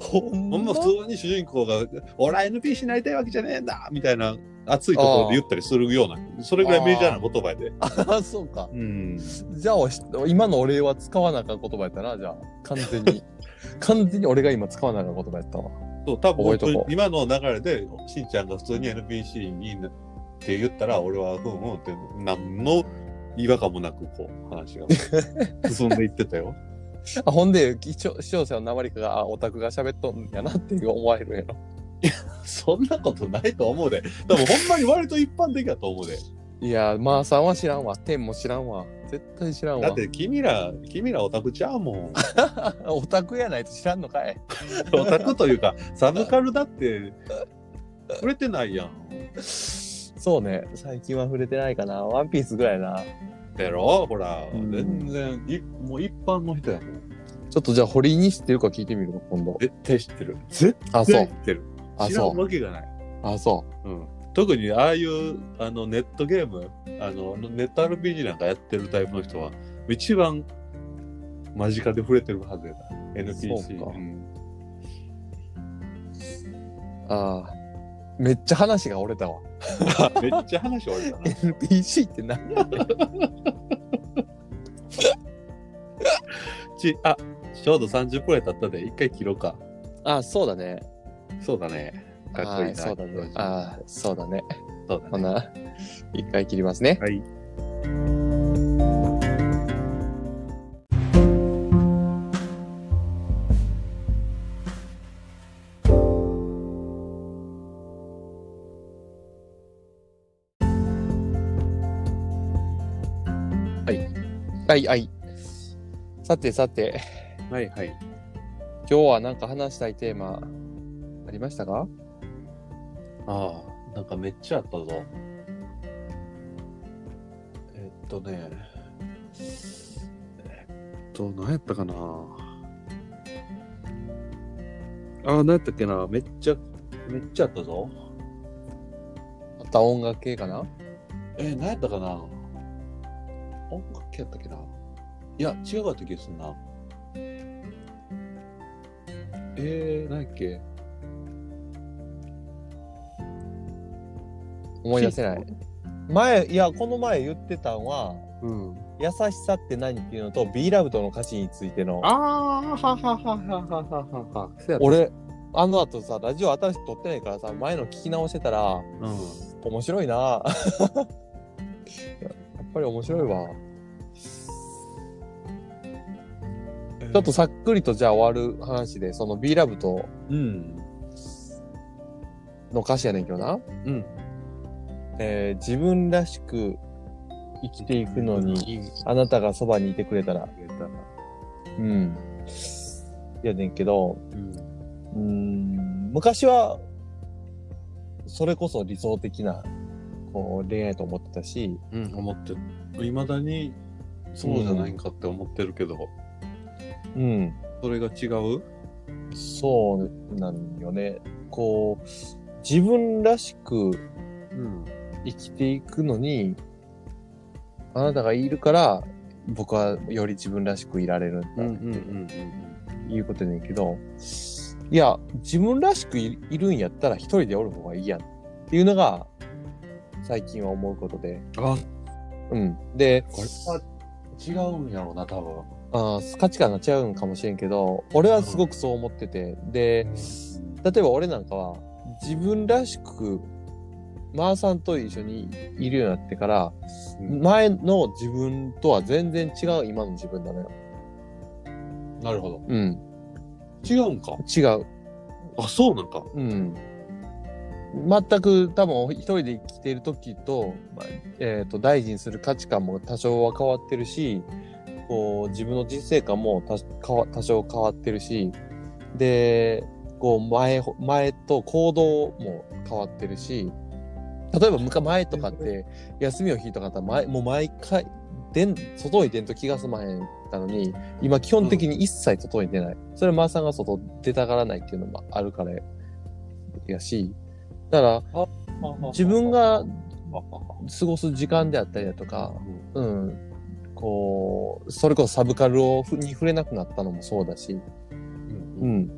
Speaker 2: ほん
Speaker 1: ほ
Speaker 2: ま
Speaker 1: んま普通に主人公が、俺は NPC になりたいわけじゃねえんだみたいな熱いところで言ったりするような、それぐらいメジャーな言葉やで。
Speaker 2: あ、そうか。
Speaker 1: うん。
Speaker 2: じゃあ、し今のお礼は使わなあかん言葉やったな、じゃあ。完全 に。完全に俺が今使わなあかん言葉やったわ。
Speaker 1: そう、多分
Speaker 2: 覚え
Speaker 1: 本
Speaker 2: と
Speaker 1: 当
Speaker 2: こう
Speaker 1: に今の流れで、しんちゃんが普通に NPC になって言ったら、俺はふんふんって、何の違和感もなく、こう、話が進んでいってた よ。
Speaker 2: あほんで、一応視聴者の鉛かが、あ、オタクが喋っとんやなっていう思われるやろ。
Speaker 1: そんなことないと思うで。多分ほんまに割と一般的だと思うで。
Speaker 2: いやー、まーさんは知らんわ。天も知らんわ。絶対知らんわ。
Speaker 1: だって君ら、君らオタクちゃうもん。
Speaker 2: オタクやないと知らんのかい。
Speaker 1: オタクというか、サブカルだって、触れてないやん。
Speaker 2: そうね。最近は触れてないかな。ワンピースぐらいな。
Speaker 1: だろほら、
Speaker 2: うん
Speaker 1: 全然、いもう一般の人やもん。
Speaker 2: ちょっとじゃあ、堀に知ってるか聞いてみるか、今度。
Speaker 1: 絶対知ってる。絶
Speaker 2: あ、そ
Speaker 1: 対
Speaker 2: う
Speaker 1: 知。ってる。
Speaker 2: あ、
Speaker 1: 知ら
Speaker 2: そ
Speaker 1: ん
Speaker 2: う。
Speaker 1: わけがない。
Speaker 2: あ、そ
Speaker 1: うん、特にああいうあのネットゲームあのネット RPG なんかやってるタイプの人は一番間近で触れてるはずやだ NPC
Speaker 2: そうか
Speaker 1: ん
Speaker 2: う。ああ。めっちゃ話が折れたわ。
Speaker 1: めっちゃ話折れたな
Speaker 2: NPC って何
Speaker 1: ちあちょうど30分くらい経ったで一回切ろうか
Speaker 2: あ、そうだね。
Speaker 1: そうだねかっこいいな
Speaker 2: はいそうだね。あー、そうだね。
Speaker 1: そうだ
Speaker 2: ほ
Speaker 1: ね
Speaker 2: な、一回切りますね。
Speaker 1: はい
Speaker 2: はい、はい。さてさて、
Speaker 1: はいはい
Speaker 2: 今日はなんか話したいテーマ、ありましたか
Speaker 1: ああなんかめっちゃあったぞえっとねえっと何やったかなああ何やったっけなめっちゃめっちゃあったぞ
Speaker 2: また音楽系かな
Speaker 1: えー、何やったかな音楽系やったっけないや違うかった気がすんなえー、何やっけ
Speaker 2: 思い出せない。前、いや、この前言ってたんは、
Speaker 1: うん
Speaker 2: 優しさって何っていうのと、B ラブとの歌詞についての。
Speaker 1: ああははははははははせやった
Speaker 2: 俺、あの後さ、ラジオ新しく撮ってないからさ、前の聞き直してたら、
Speaker 1: うん
Speaker 2: 面白いな やっぱり面白いわ。ちょっとさっくりとじゃあ終わる話で、その B ラブと
Speaker 1: うん
Speaker 2: の歌詞やねんけどな。
Speaker 1: うん
Speaker 2: えー自分らしく生きていくのに、あなたがそばにいてくれたら。うん。やねんけど、
Speaker 1: うん
Speaker 2: うーん、昔は、それこそ理想的な、こう、恋愛と思ってたし、
Speaker 1: うん、思っていまだにそうじゃないんかって思ってるけど、
Speaker 2: うん。
Speaker 1: それが違う
Speaker 2: そうなんよね。こう、自分らしく
Speaker 1: うん。
Speaker 2: 生きていくのに、あなたがいるから、僕はより自分らしくいられるんだ
Speaker 1: うんうんうん
Speaker 2: いうことやねんけど、いや、自分らしくいいるんやったら一人でおる方がいいやんっていうのが、最近は思うことで。
Speaker 1: うん。あ、
Speaker 2: うん。で、
Speaker 1: これは違うんやろうな、多分。
Speaker 2: あー価値観が違うんかもしれんけど、俺はすごくそう思ってて、で、例えば俺なんかは、自分らしく、マーさんと一緒にいるようになってから、
Speaker 1: うん
Speaker 2: 前の自分とは全然違う今の自分だね。
Speaker 1: なるほど。
Speaker 2: うん。
Speaker 1: 違うんか。
Speaker 2: 違う。
Speaker 1: あ、そうなんか。
Speaker 2: うん。全く多分一人で生きている時と、まあえっ、と、大事にする価値観も多少は変わってるし、こう、自分の人生観も多変わ多少変わってるし、で、こう、前ほ、前と行動も変わってるし、例えば昔前とかって、休みの日とかだったら前、もう毎回、でん、外に出んと気が済まへんったのに、今基本的に一切外に出ない。それはマーさんが外出たがらないっていうのもあるからやし、だから自分が過ごす時間であったりだとか、うん、こう、それこそサブカルをふに触れなくなったのもそうだし、
Speaker 1: うん、
Speaker 2: う
Speaker 1: うん
Speaker 2: ん、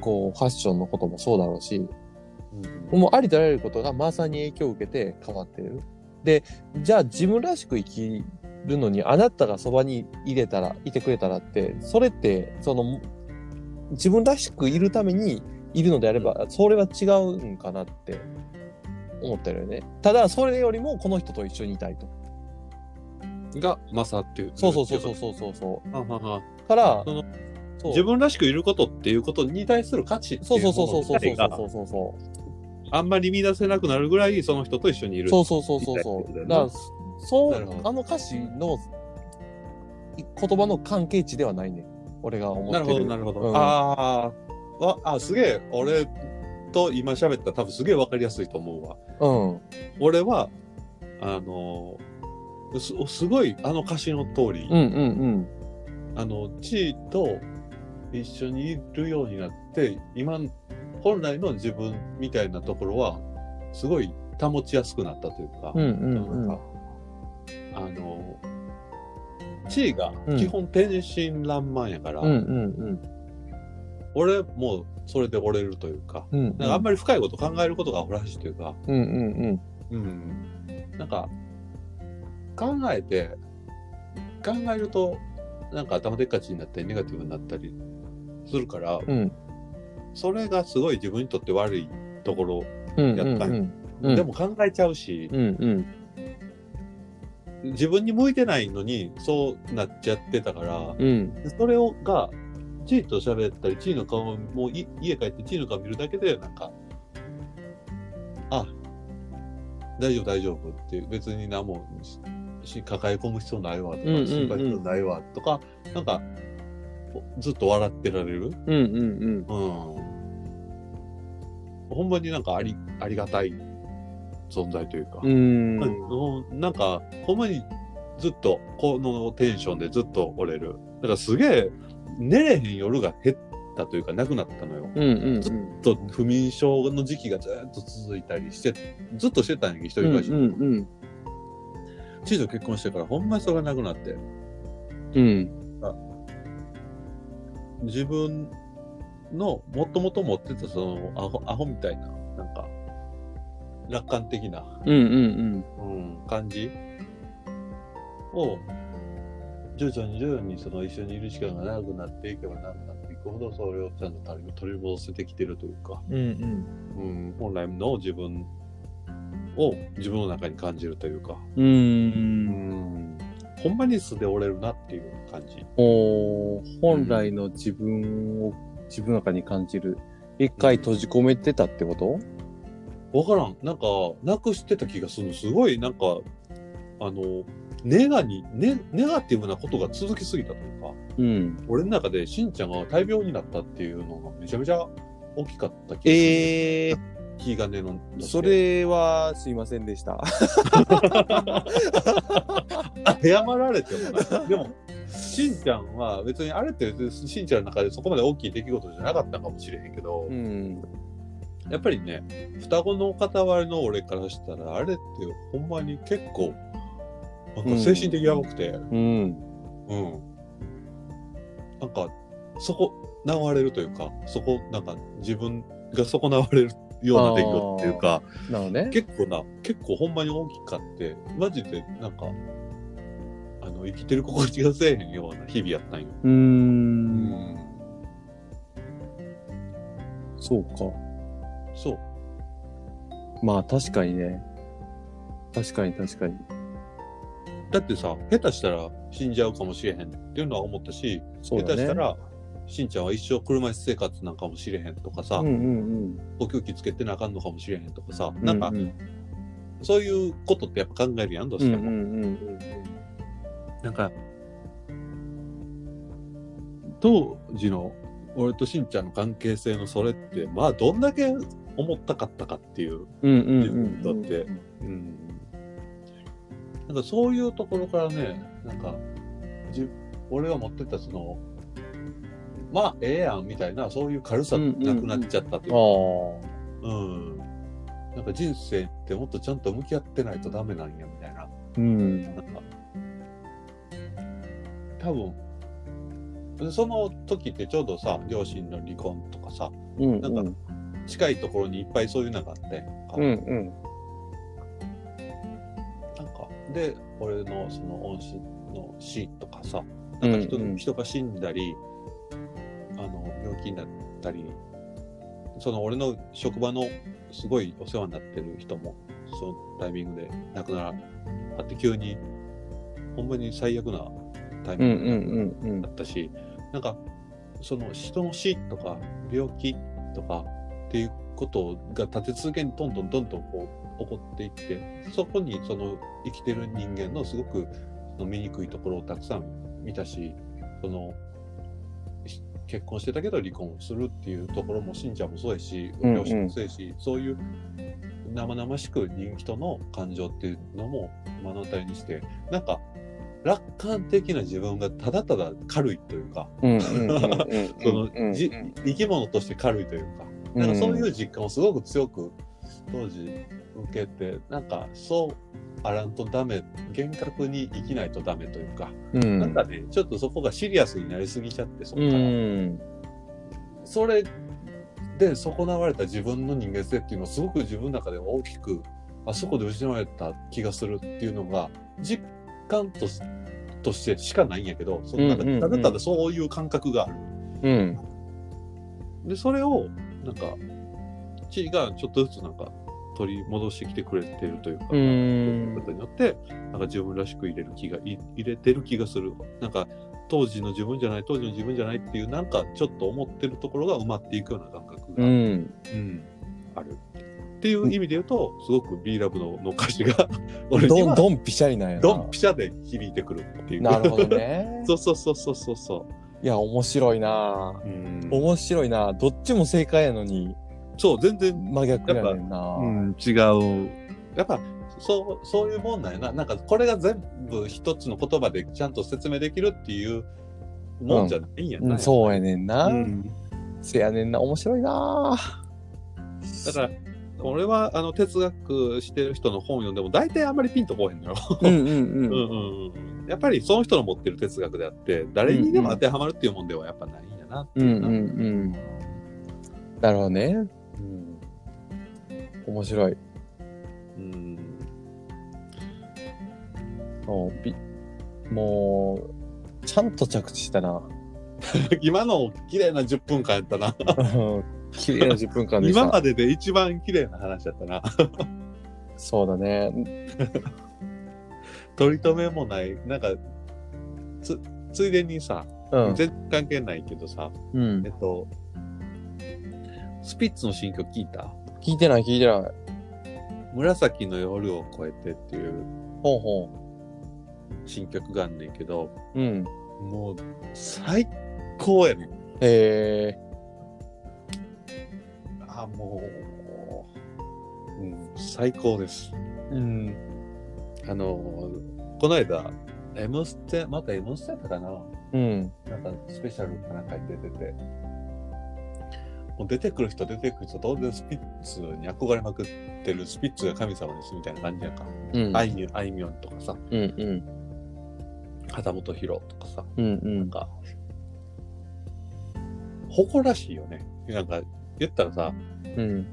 Speaker 2: こう、ファッションのこともそうだろうし、
Speaker 1: うん
Speaker 2: もうありとあらゆることがまさに影響を受けて変わってる。で、じゃあ自分らしく生きるのにあなたがそばに入れたら、いてくれたらって、それって、その、自分らしくいるためにいるのであれば、それは違うんかなって思ってるよね。ただ、それよりもこの人と一緒にいたいと。
Speaker 1: がマサっていう。
Speaker 2: そうそうそうそうそうそうそ
Speaker 1: ははは
Speaker 2: う。から
Speaker 1: その、
Speaker 2: そう
Speaker 1: 自分らしくいることっていうことに対する価値って
Speaker 2: そ
Speaker 1: いうう
Speaker 2: そ
Speaker 1: も
Speaker 2: うそうそう
Speaker 1: の
Speaker 2: そ
Speaker 1: 自
Speaker 2: うそう
Speaker 1: 体
Speaker 2: そ
Speaker 1: が
Speaker 2: うそうそうそう。
Speaker 1: あんまり見出せなくなるぐらいその人と一緒にいる
Speaker 2: そうそうそうそうそう。だから、そ
Speaker 1: なるほ
Speaker 2: う、
Speaker 1: ど
Speaker 2: あの歌詞のい言葉の関係値ではないね。俺が思って
Speaker 1: な
Speaker 2: る。
Speaker 1: るほどなるほど、
Speaker 2: うん
Speaker 1: あーわあすげえ俺と今喋ったら多分すげえわかりやすいと思うわ
Speaker 2: ど。
Speaker 1: 俺はあのすすごいあの歌詞の通り、
Speaker 2: うん。うんうん
Speaker 1: あの地位と一緒にいるようになって今本来の自分みたいなところはすごい保ちやすくなったというか、
Speaker 2: うん。うんう
Speaker 1: なん
Speaker 2: んう
Speaker 1: か
Speaker 2: ん。
Speaker 1: あの地位が
Speaker 2: うん
Speaker 1: 基本天真爛漫やから、
Speaker 2: うんうん
Speaker 1: 俺もうそれで折れるというか
Speaker 2: うん。うん。
Speaker 1: なんかあんまり深いこと考えることがほらしいというか、
Speaker 2: うんうんうん。
Speaker 1: なんか考えて考えるとなんか頭でっかちになったりネガティブになったりするから
Speaker 2: うん。
Speaker 1: それがすごい自分にとって悪いところ、
Speaker 2: うん。うん
Speaker 1: やった
Speaker 2: うん
Speaker 1: でも考えちゃうし
Speaker 2: うんうん。
Speaker 1: 自分に向いてないのにそうなっちゃってたから
Speaker 2: うん。
Speaker 1: それをがチーと喋ったりチーの顔もうい家帰ってチーの顔見るだけでなんかあ大丈夫大丈夫っていう別に何もしし抱え込む必要ないわとか
Speaker 2: うんうんうん
Speaker 1: 心配するないわとか、なんかおずっと笑ってられる、うん、
Speaker 2: うんうんうん。
Speaker 1: ほんまになんかありありがたい存在というか、
Speaker 2: うん。
Speaker 1: うんなんか、ほんまにずっと、このテンションでずっと折れる。だからすげえ、寝れへん夜が減ったというか、なくなったのよ。
Speaker 2: うんうん
Speaker 1: ずっと不眠症の時期がずっと続いたりして、ずっとしてたんやけど、一人暮らし。
Speaker 2: うん
Speaker 1: チーズと結婚してから、ほんまにそれがなくなって、
Speaker 2: うん
Speaker 1: 自分の、もともと持ってた、その、アホ、アホみたいな、なんか、楽観的な、
Speaker 2: うんうん
Speaker 1: うん、感じを徐々に徐々にその一緒にいる時間が長くなっていけば長くなっていくほどそれをちゃんと取り取り戻せてきてるというか、
Speaker 2: うんうん
Speaker 1: うん、本来の自分を自分の中に感じるというか、
Speaker 2: う
Speaker 1: うんん、ほんまに素で折れるなっていう感じ。
Speaker 2: おー本来の自分を自分の中に感じる一回閉じ込めてたってこと
Speaker 1: わからんなんかなくしてた気がするのすごいなんかあのネガにネネガティブなことが続きすぎたというか。
Speaker 2: うん
Speaker 1: 俺の中でしんちゃんが大病になったっていうのがめちゃめちゃ大きかった気がする
Speaker 2: ええ
Speaker 1: 気き金の。
Speaker 2: そ、れはすいませんでした。
Speaker 1: 謝られてもな。でも、しんちゃんは別にあれって別にしんちゃんの中でそこまで大きい出来事じゃなかったかもしれへんけど、
Speaker 2: うん。
Speaker 1: やっぱりね、双子の片割れの俺からしたら、あれってほんまに結構、なんか精神的やばくて、
Speaker 2: うん。
Speaker 1: うん。なんか、そこ、なわれるというか、そこ、なんか自分が損なわれるような出来事っていうか、
Speaker 2: なのね。
Speaker 1: 結構な、結構ほんまに大きかって、マジでなんか、あの、生きてる心地がせえへんような日々やったんよ。
Speaker 2: う
Speaker 1: う
Speaker 2: ー。
Speaker 1: ん
Speaker 2: そうか。
Speaker 1: そう。
Speaker 2: まあ確かにね。確かに確かに。
Speaker 1: だってさ、下手したら死んじゃうかもしれへんっていうのは思ったし、
Speaker 2: そう
Speaker 1: 下
Speaker 2: だ
Speaker 1: 手し
Speaker 2: ね。
Speaker 1: たら、しんちゃんは一生車椅子生活なんかもしれへんとかさ、
Speaker 2: うんうん
Speaker 1: 呼吸器つけてなあかんのかもしれへんとかさ、
Speaker 2: うん。
Speaker 1: なんか
Speaker 2: う、ん
Speaker 1: そういうことってやっぱ考えるやん、どう
Speaker 2: う
Speaker 1: し
Speaker 2: ん
Speaker 1: て
Speaker 2: う
Speaker 1: も。
Speaker 2: んうん。
Speaker 1: なんか、当時の俺としんちゃんの関係性のそれって、まあ、どんだけ思ったかったかっていう、
Speaker 2: うんうん
Speaker 1: 自分に
Speaker 2: う
Speaker 1: と
Speaker 2: ん。
Speaker 1: って。うん。なんかそういうところからね、なんか、じ俺が持ってたその、まあ、ええやんみたいな、そういう軽さ
Speaker 2: うんうんう
Speaker 1: なんくなっちゃったという
Speaker 2: あ
Speaker 1: か、
Speaker 2: あ。
Speaker 1: うん。なんか人生ってもっとちゃんと向き合ってないとダメなんや、みたいな。
Speaker 2: うん。
Speaker 1: なんか、多分、その時ってちょうどさ、両親の離婚とかさ、
Speaker 2: うんうん。
Speaker 1: なんか近いところにいっぱいそういうのがあって、
Speaker 2: うんうん。
Speaker 1: なんか、で、俺のその恩師の死とかさ、なんか人,、
Speaker 2: うんうん
Speaker 1: 人が死んだり、あの、病気になったり、その俺の職場のすごいお世話になってる人も、そのタイミングで亡くならあって急に、ほんまに最悪なタイ
Speaker 2: う
Speaker 1: ミ
Speaker 2: ん
Speaker 1: ングで
Speaker 2: うんうんうん
Speaker 1: だ。ったし、なんか、その人の死とか病気とかっていうことが立て続けにどんどんどんどんこう起こっていって、そこにその生きてる人間のすごくその醜いところをたくさん見たし、そのし結婚してたけど離婚するっていうところも信者もそうやし、
Speaker 2: うんうん
Speaker 1: 両親もそうやし、そういう生々しく人の感情っていうのも目の当たりにして、なんか楽観的な自分がただただ軽いというか、
Speaker 2: うんうんうん
Speaker 1: その
Speaker 2: うん
Speaker 1: じ生き物として軽いというか、なんかそういう実感をすごく強く当時受けて、なんかそうあらんとダメ、厳格に生きないとダメというか、
Speaker 2: うん
Speaker 1: なんかね、ちょっとそこがシリアスになりすぎちゃって、そこ
Speaker 2: う
Speaker 1: から。
Speaker 2: ん
Speaker 1: それで損なわれた自分の人間性っていうのをすごく自分の中で大きくあそこで失われた気がするっていうのが実感としとしてしかないんやけどそのなんか
Speaker 2: うんうんうん
Speaker 1: ただただそういう感覚がある。
Speaker 2: うん
Speaker 1: でそれをなんか地位がちょっとずつなんか取り戻してきてくれてるというか。
Speaker 2: うん
Speaker 1: ことによってなんか自分らしく入れる気がい入れてる気がするなんか当時の自分じゃない当時の自分じゃないっていうなんかちょっと思ってるところが埋まっていくような感覚
Speaker 2: う
Speaker 1: が
Speaker 2: ん
Speaker 1: うん、ある。っていう意味で言うと、すごく B ラブのの歌詞が俺に
Speaker 2: どん
Speaker 1: は
Speaker 2: どんぴしゃりなんやな
Speaker 1: ドンピシャで響いてくるっていう。
Speaker 2: なるほどね
Speaker 1: そうそうそうそうそうそ
Speaker 2: いや面白いな
Speaker 1: う。うん
Speaker 2: 面白いなどっちも正解やのに
Speaker 1: そう、全然、
Speaker 2: 真逆やねんな
Speaker 1: うん、違う。やっぱそうそういうもんなんやな。なんかこれが全部一つの言葉でちゃんと説明できるっていうもんじゃないんや
Speaker 2: う
Speaker 1: な。
Speaker 2: んそうやねんな
Speaker 1: うん
Speaker 2: せやねんな面白いな
Speaker 1: だから俺はあの哲学してる人の本読んでも大体あんまりピンとこうへんのよ。
Speaker 2: うんうん
Speaker 1: う
Speaker 2: う
Speaker 1: ん
Speaker 2: ん
Speaker 1: うんうんやっぱりその人の持ってる哲学であって誰にでも当てはまるっていうもんではやっぱないんだな、
Speaker 2: うんうんうんなるほどね
Speaker 1: うん
Speaker 2: 面白い
Speaker 1: うん
Speaker 2: そうびもうちゃんと着地したな
Speaker 1: 今の綺麗な10分間やったな
Speaker 2: うん 綺麗な10分間でした
Speaker 1: 今までで一番綺麗な話やったな
Speaker 2: そうだね。
Speaker 1: 取り留めもないなんかつついでにさ、
Speaker 2: うん。
Speaker 1: 全然関係ないけどさ
Speaker 2: うん
Speaker 1: えっとスピッツの新曲聞いた
Speaker 2: 聞いてない聞いてない。
Speaker 1: 「紫の夜を越えて」っていう
Speaker 2: ほうほ
Speaker 1: 新曲があんねんけど
Speaker 2: う。うん。
Speaker 1: もう最高やねん
Speaker 2: へえ。
Speaker 1: あも最高です。
Speaker 2: うん。
Speaker 1: あの、この間、M ステ、また M ステやったかな
Speaker 2: うん。
Speaker 1: なんかスペシャルかなんかに出てて、もう出てくる人、出てくる人、当然スピッツに憧れまくってる、スピッツが神様ですみたいな感じやんか。
Speaker 2: うん。
Speaker 1: あいみょんあいみょんとかさ、
Speaker 2: うんうん。
Speaker 1: 旗本博とかさ、
Speaker 2: うんう
Speaker 1: なん
Speaker 2: ん。
Speaker 1: か、誇らしいよね。なんか、言ったらさ、
Speaker 2: うん。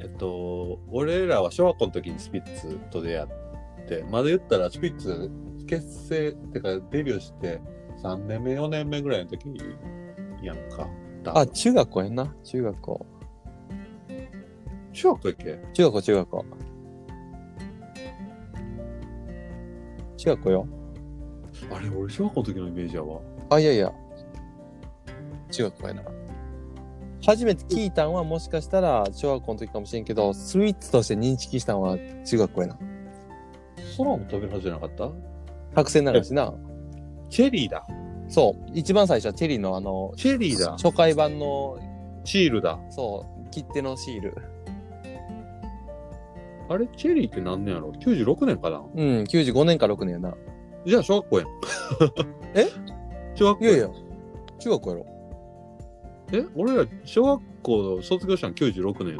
Speaker 1: えっと、俺らは小学校の時にスピッツと出会って、まだ言ったらスピッツ結成ってかデビューして3年目、4年目ぐらいの時やんか。
Speaker 2: あ、中学校やんな。中学校。
Speaker 1: 小学校やっけ
Speaker 2: 中学校、中学校。中学校よ。
Speaker 1: あれ、俺小学校の時のイメージやわ。
Speaker 2: あ、いやいや。中学校やな。初めて聞いたんはもしかしたら小学校の時かもしれんけど、スイーツとして認識したんは中学校やな。
Speaker 1: 空を飛べるはずじゃなかった
Speaker 2: 白線流しな。
Speaker 1: チェリーだ。
Speaker 2: そう。一番最初はチェリーのあの、
Speaker 1: チェリーだ。
Speaker 2: 初回版の、
Speaker 1: シールだ。
Speaker 2: そう、切手のシール。
Speaker 1: あれ、チェリーって何年やろ ?96 年かな
Speaker 2: うん、95年か6年やな。
Speaker 1: じゃあ小学校 やん。
Speaker 2: え
Speaker 1: 小学
Speaker 2: い
Speaker 1: 校
Speaker 2: やいや、中学校やろ。
Speaker 1: え俺ら小学校卒業したの96年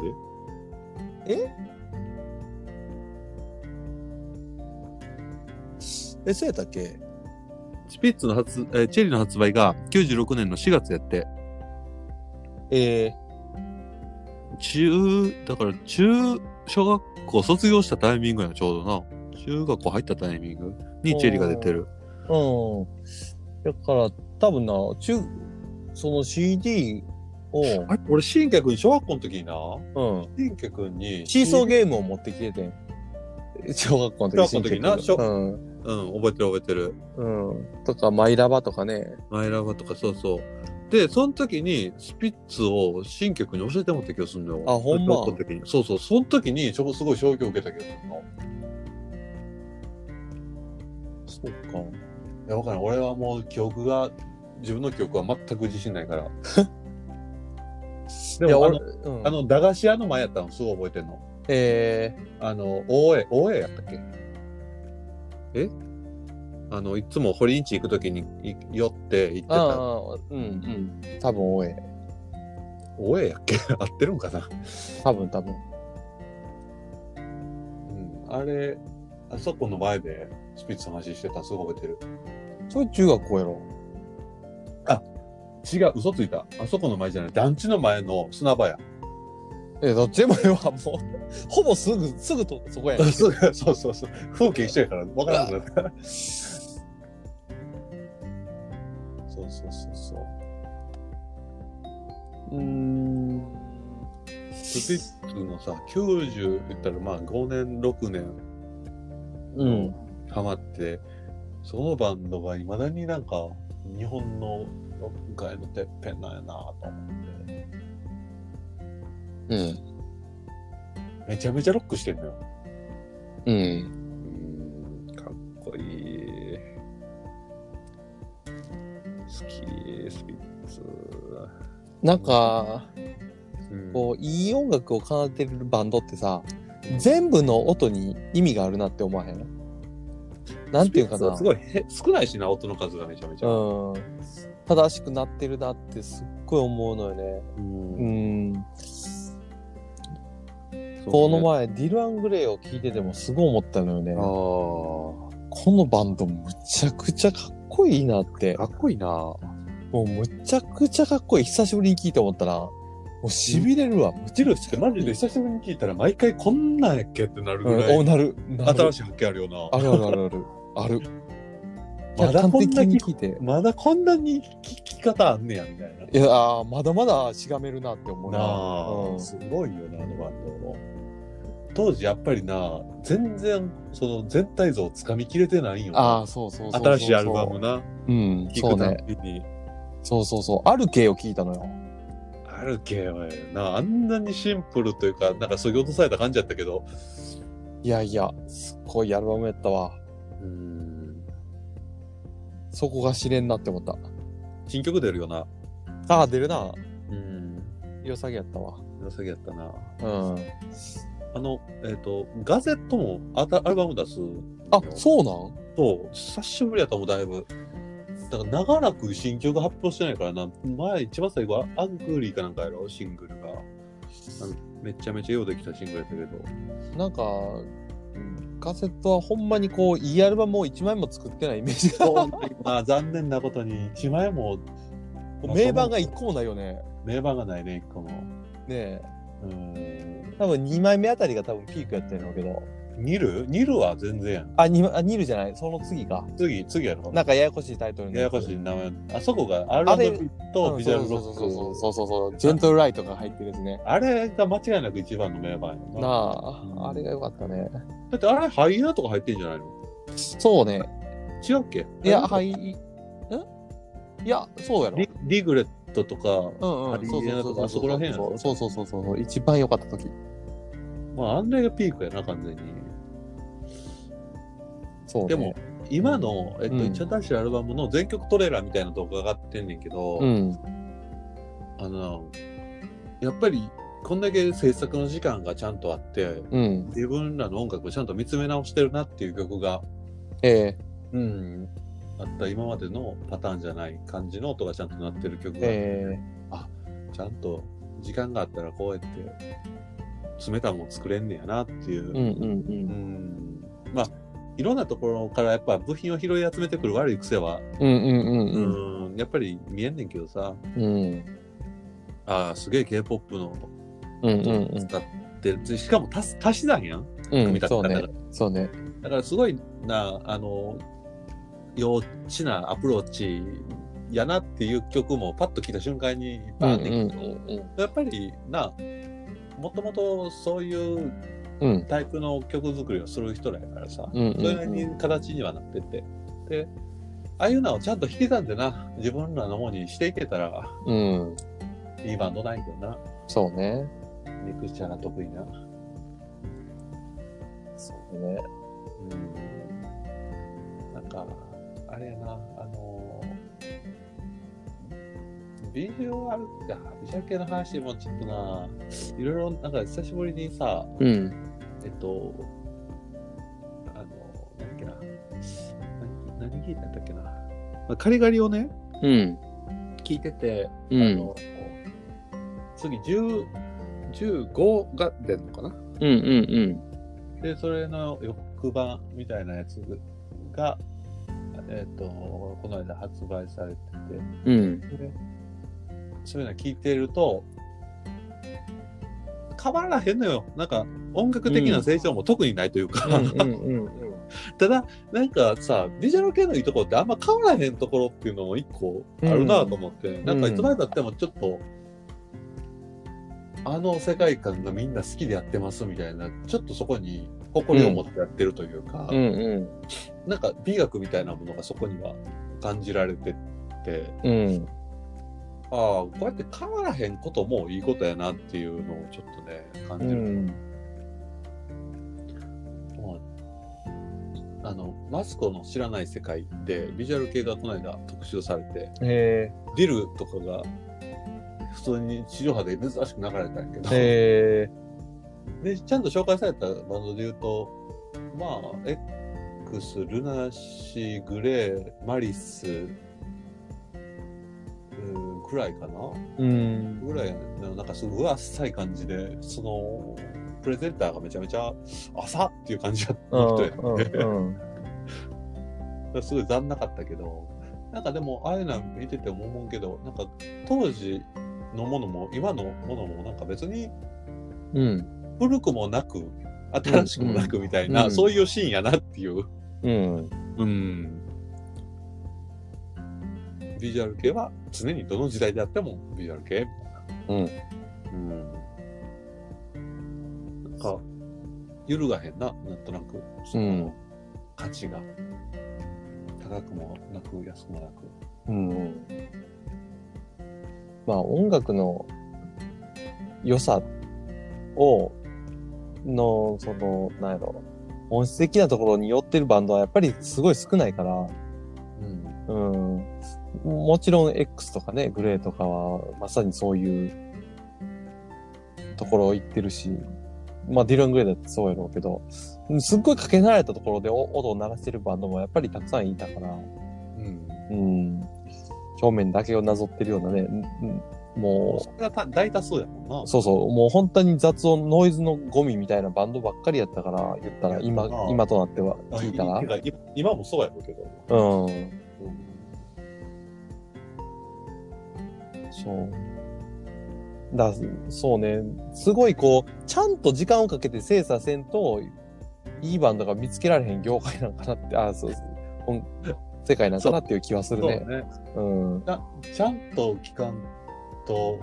Speaker 2: え、そうやったっけ
Speaker 1: で。スピッツの発、えーチェリーの発売が96年の4月やって、
Speaker 2: え
Speaker 1: 中、だから中、小学校卒業したタイミングやん、ちょうどな。中学校入ったタイミングにチェリーが出てる。
Speaker 2: ー、うん。だから、多分な、中、その CD を、
Speaker 1: あれ俺、新脚に小学校の時にな、
Speaker 2: うん。
Speaker 1: 新脚君に。
Speaker 2: シーソーゲームを持ってきててん。小学校の時
Speaker 1: 小学校の時な
Speaker 2: 新曲うん。
Speaker 1: うん、覚えてる覚えてる。
Speaker 2: うん。とか、マイラバとかね。
Speaker 1: マイラバとかそうそう。で、その時にスピッツを新曲に教えてもらった気がするんだよ。
Speaker 2: あほんま
Speaker 1: 小学校の時にそうそう、その時にちょすごい衝撃を受けた気がするの。い
Speaker 2: そうか。
Speaker 1: や、わからん。俺はもう記憶が、自分の記憶は全く自信ない から。
Speaker 2: い
Speaker 1: で
Speaker 2: や、
Speaker 1: もあ
Speaker 2: 俺、
Speaker 1: の、
Speaker 2: うん、
Speaker 1: あ、の駄菓子屋の前やったのすごい覚えてんの。
Speaker 2: え
Speaker 1: あの、大江、大江やったっけえあの、いつも堀んち行く時にい寄って行って
Speaker 2: ー、あ
Speaker 1: た。
Speaker 2: あ、うん、うん。多分、応援。
Speaker 1: 大江やっけ 合ってるんかな
Speaker 2: 多分、多分。
Speaker 1: うんあれ、あそこの前でスピッツの話してたのすごい覚えてる。
Speaker 2: それ中学校やろ。
Speaker 1: 違う、嘘ついた。あそこの前じゃない。団地の前の砂場や。
Speaker 2: え、どっ ちでもええわ、もう。ほぼすぐ、すぐと、そこやん。
Speaker 1: そうそうそうそう。風景一緒やから分からなくなった。そうそうそうそう。
Speaker 2: うん。
Speaker 1: スピッツのさ、90言ったらまあ5年、6年
Speaker 2: うん。
Speaker 1: ハマって、そのバンドがいまだになんか日本のロック界のてっぺんなんやなと思って。
Speaker 2: うん。
Speaker 1: めちゃめちゃロックしてんのよ。
Speaker 2: うん。
Speaker 1: うーんかっこいい。好き、スピッツ。
Speaker 2: なんか、
Speaker 1: うん
Speaker 2: こう、いい音楽を奏でるバンドってさ、全部の音に意味があるなって思わへんなんていう
Speaker 1: スピッ
Speaker 2: か
Speaker 1: ツ
Speaker 2: な。
Speaker 1: はすごいへ少ないしな、音の数がめちゃめちゃ。
Speaker 2: うん。正しくなってるなってすっごい思うのよね。
Speaker 1: うん
Speaker 2: うん。
Speaker 1: そうね
Speaker 2: この前、ディル・アングレイを聴いててもすごい思ったのよね。
Speaker 1: あ
Speaker 2: このバンドむちゃくちゃかっこいいなって
Speaker 1: あ、か。っこいいな。
Speaker 2: もうむちゃくちゃかっこいい。久しぶりに聞いて思ったら、もう痺れるわ。
Speaker 1: ジルってマジで久しぶりに聞いたら、毎回こんなんやっけってなる
Speaker 2: う
Speaker 1: ぐ
Speaker 2: ん、
Speaker 1: ら
Speaker 2: お
Speaker 1: い、
Speaker 2: なる。なる
Speaker 1: 新しい発見あるよ
Speaker 2: あるあるあるある。ある。
Speaker 1: まだこんな
Speaker 2: 端的
Speaker 1: に
Speaker 2: に聞いて
Speaker 1: な。。まだこんなに聞き方あんねや、みたいな。
Speaker 2: いやー、まだまだしがめるなって思う
Speaker 1: なあ、
Speaker 2: な。
Speaker 1: すごいよなあのバンドも当時やっぱりな全然その全体像をつかみきれてないんよ
Speaker 2: うん、ああ、そうそうそうそう。
Speaker 1: 新しいアルバム。な
Speaker 2: うん、
Speaker 1: 聞
Speaker 2: そう
Speaker 1: くた
Speaker 2: ね。
Speaker 1: びに、
Speaker 2: そうそうそう。ある系を聞いたのよ。
Speaker 1: あるけはなあんなにシンプルというかなんかそぎ落とされた感じやったけど
Speaker 2: いやいや、すっごいアルバムやったわ。
Speaker 1: うん
Speaker 2: そこが知れんなって思った。
Speaker 1: 新曲出るよな
Speaker 2: ああ、出るな。
Speaker 1: うん
Speaker 2: 良さげやったわ。
Speaker 1: 良さげやったな
Speaker 2: うん。
Speaker 1: あの、えっ、と、ガゼットもあたアルバム出す。
Speaker 2: あ、そうなん
Speaker 1: そう、久しぶりやったもん、だいぶ。だから長らく新曲発表してないからな、前、一番最後はアンクーリーかなんかやろ、シングルが。あのめちゃめちゃようできたシングルやったけど。
Speaker 2: なんか、カセットはほんまにこう、いいアルバムを1枚も作ってないイメージが。
Speaker 1: まあ残念なことに、一枚もまあ
Speaker 2: 名盤が1個もないよね。
Speaker 1: 名盤がないね、一個も。
Speaker 2: ねえ。
Speaker 1: うーん。
Speaker 2: 多分2枚目あたりが多分ピークやったんやろうけど。
Speaker 1: ニルニルは全然やん。
Speaker 2: あ、2、あニルじゃない。その次か。
Speaker 1: 次、次やろ。
Speaker 2: なんかややこしいタイトルの
Speaker 1: ややこしい名前。あそこが R&B とビジュアルロ
Speaker 2: うんそうそう
Speaker 1: ッ
Speaker 2: そ
Speaker 1: ク。
Speaker 2: うそうそうそう。ジェントルライトが入ってるですね。
Speaker 1: あれが間違いなく一番の名盤や
Speaker 2: な
Speaker 1: な。
Speaker 2: あ、あれが良かったね。
Speaker 1: だってあれハイヤーとか入ってんじゃないの
Speaker 2: そうね。
Speaker 1: 違うっけ
Speaker 2: いや、
Speaker 1: ハ
Speaker 2: は
Speaker 1: イ
Speaker 2: い。んいや、そうやろ。
Speaker 1: リリグレットとか、
Speaker 2: うんうん、
Speaker 1: ハリーナとかあそこら辺やろ
Speaker 2: そうそうそうそうそう一番良かった時
Speaker 1: まあ、あんれがピークやな、完全に。
Speaker 2: そう、ね、
Speaker 1: でも、今の、えっと、
Speaker 2: うん
Speaker 1: 一応出したアルバムの全曲トレーラーみたいな動画が上がってんねんけど、
Speaker 2: うん
Speaker 1: あの、やっぱり、こんだけ制作の時間がちゃんとあって、
Speaker 2: うん
Speaker 1: 自分らの音楽をちゃんと見つめ直してるなっていう曲が、
Speaker 2: ええ
Speaker 1: うん、あった今までのパターンじゃない感じの音がちゃんと鳴ってる曲が、
Speaker 2: ええ
Speaker 1: ちゃんと時間があったらこうやって、詰めたもん作れんねやなっていう。
Speaker 2: うんう
Speaker 1: う
Speaker 2: んう
Speaker 1: んんまあいろんなところからやっぱ部品を拾い集めてくる悪い癖は、
Speaker 2: うんうん
Speaker 1: う
Speaker 2: うん
Speaker 1: ん、やっぱり見えんねんけどさ
Speaker 2: うん
Speaker 1: あーすげえ k p o p の
Speaker 2: うんうんうん
Speaker 1: 音使ってる、しかも足す足し算やん
Speaker 2: うん
Speaker 1: 組み立て
Speaker 2: そう
Speaker 1: 方
Speaker 2: ね
Speaker 1: が
Speaker 2: そうね
Speaker 1: だからすごいなあの幼稚なアプローチやなっていう曲もパッと聞いた瞬間にいっぱいあんねんけど、やっぱりなもともとそういう
Speaker 2: うんうん
Speaker 1: タイプの曲作りをする人らやからさ、
Speaker 2: うん
Speaker 1: それなりに形にはなってて、でああいうのをちゃんと引き算でな自分らのものにしていけたら
Speaker 2: うんうん
Speaker 1: いいバンドないけどな
Speaker 2: そうね
Speaker 1: ミクスチャーが得意な、うん
Speaker 2: そうね、
Speaker 1: なんかあれやなあのビジュアルかビジュアル系の話もちょっとないろいろなんか久しぶりにさ
Speaker 2: うん
Speaker 1: えっとあのなんだっけな何何聞いたんだっけなまあカリガリをね
Speaker 2: うん
Speaker 1: 聞いてて、
Speaker 2: うん
Speaker 1: あの次10 15が出るのかな
Speaker 2: うんうん
Speaker 1: でそれの翌版みたいなやつが、えっとこの間発売されて
Speaker 2: うんうん
Speaker 1: てでそういうの聞いてると変わらへんのよなんか音楽的な成長も特にないというか、
Speaker 2: うん
Speaker 1: ただなんかさビジュアル系のいいところってあんま変わらへんところっていうのも一個あるなと思って、なんかいつまでたってもちょっと、あの世界観がみんな好きでやってますみたいなちょっとそこに誇りを持ってやってるというか、
Speaker 2: うんうん
Speaker 1: なんか美学みたいなものがそこには感じられてって
Speaker 2: うん
Speaker 1: ああこうやって変わらへんこともいいことやなっていうのをちょっとね感じる。もうあのマスコの知らない世界でビジュアル系がこの間特集されて
Speaker 2: へ
Speaker 1: ディルとかが普通に地上波で珍しく流れたんやけど、
Speaker 2: えへえ
Speaker 1: でちゃんと紹介されたバンドで言うとまあ X ルナシーグレーマリスうんくらいかな
Speaker 2: うん
Speaker 1: ぐらいのなんかすごいあっさい感じでそのプレゼンターがめちゃめちゃ朝っていう感じだった
Speaker 2: うん
Speaker 1: 人や
Speaker 2: うんうん
Speaker 1: すごい残んなかったけどなんかでもああいうの見てても思うけどなんか当時のものも今のものもなんか別に
Speaker 2: うん
Speaker 1: 古くもなく新しくもなくみたいな、
Speaker 2: うん
Speaker 1: そういうシーンやなっていう、
Speaker 2: うん
Speaker 1: うん、ビジュアル系は常にどの時代であってもビジュアル系みたいな、うんなんか揺るがへんななんとなくその価値が高くもなく安くもなく。
Speaker 2: うん、まあ音楽の良さをのそのなんやろ本質的なところに寄ってるバンドはやっぱりすごい少ないから、
Speaker 1: うん
Speaker 2: うん、もちろん X とかねグレーとかはまさにそういうところを行ってるしまあディラン・グレイだってそうやろうけど、うんすっごいかけ離れたところでお音を流してるバンドもやっぱりたくさんいたから、
Speaker 1: うん。
Speaker 2: うん、表面だけをなぞってるようなね、うんうんも
Speaker 1: それがた大多数やもんな。
Speaker 2: う、そうそう、もう本当に雑音、ノイズのゴミみたいなバンドばっかりやったから、言ったら、今
Speaker 1: あ、あ
Speaker 2: 今となっては聞いたら
Speaker 1: て。かい今もそうやろうけど。
Speaker 2: うん。
Speaker 1: うん
Speaker 2: そう。だそうね、すごいこう、ちゃんと時間をかけて精査せんと、いいバンドが見つけられへん業界なんかなって、あそうです。音世界なんかなっていう気はす
Speaker 1: そう
Speaker 2: るね。
Speaker 1: ね。
Speaker 2: うん。
Speaker 1: なちゃんと聞かんと、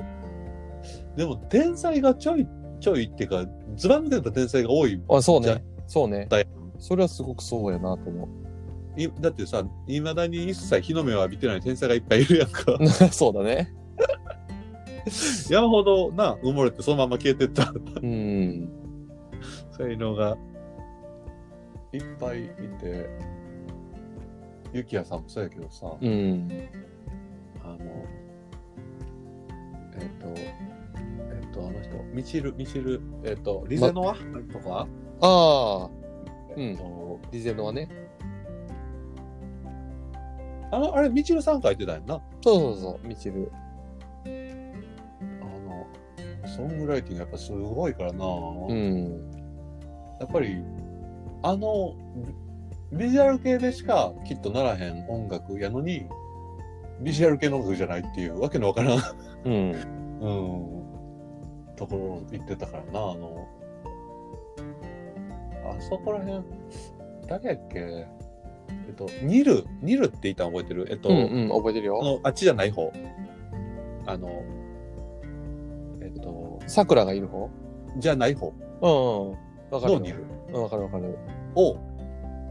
Speaker 1: でも天才がちょいちょいっていうか、ずば抜けた天才が多い。
Speaker 2: あ、そう
Speaker 1: じゃあ
Speaker 2: ね。そうね
Speaker 1: だい。
Speaker 2: それはすごくそうやなと思う。
Speaker 1: いだってさ、いまだに一切日の目を浴びてない天才がいっぱいいるやんか。
Speaker 2: そうだね。
Speaker 1: 山ほどな、埋もれてそのまま消えてった
Speaker 2: うん。
Speaker 1: 才能がいっぱいいて、ゆきやさんもそうやけどさ、
Speaker 2: うん。
Speaker 1: あの、えっ、と、えっ、と、あの人、みちる、みちる、えっ、と、リゼノアとか、
Speaker 2: ああ、うん
Speaker 1: えっ、と、
Speaker 2: リゼノはね。
Speaker 1: あの、あれ、みちるさん書いてたよな。
Speaker 2: そうそうそう、ミチル。
Speaker 1: あの、ソングライティングやっぱすごいからな、
Speaker 2: うん。
Speaker 1: やっぱり、あの、ビビジュアル系でしかきっとならへん音楽やのに、ビジュアル系の音楽じゃないっていうわけのわからん、うん、
Speaker 2: うん。
Speaker 1: ところ行ってたからな、あの、あそこら辺、誰やっけ、えっと、ニル、ニルっていたん覚えてるえっと、
Speaker 2: うんうん、覚えてる
Speaker 1: あ
Speaker 2: よ。
Speaker 1: の、あっちじゃない方。あの、えっと、
Speaker 2: 桜がいる方
Speaker 1: じゃない方
Speaker 2: うんうん。わかる
Speaker 1: の
Speaker 2: よ。
Speaker 1: ニル
Speaker 2: うんわかるわかる。
Speaker 1: を、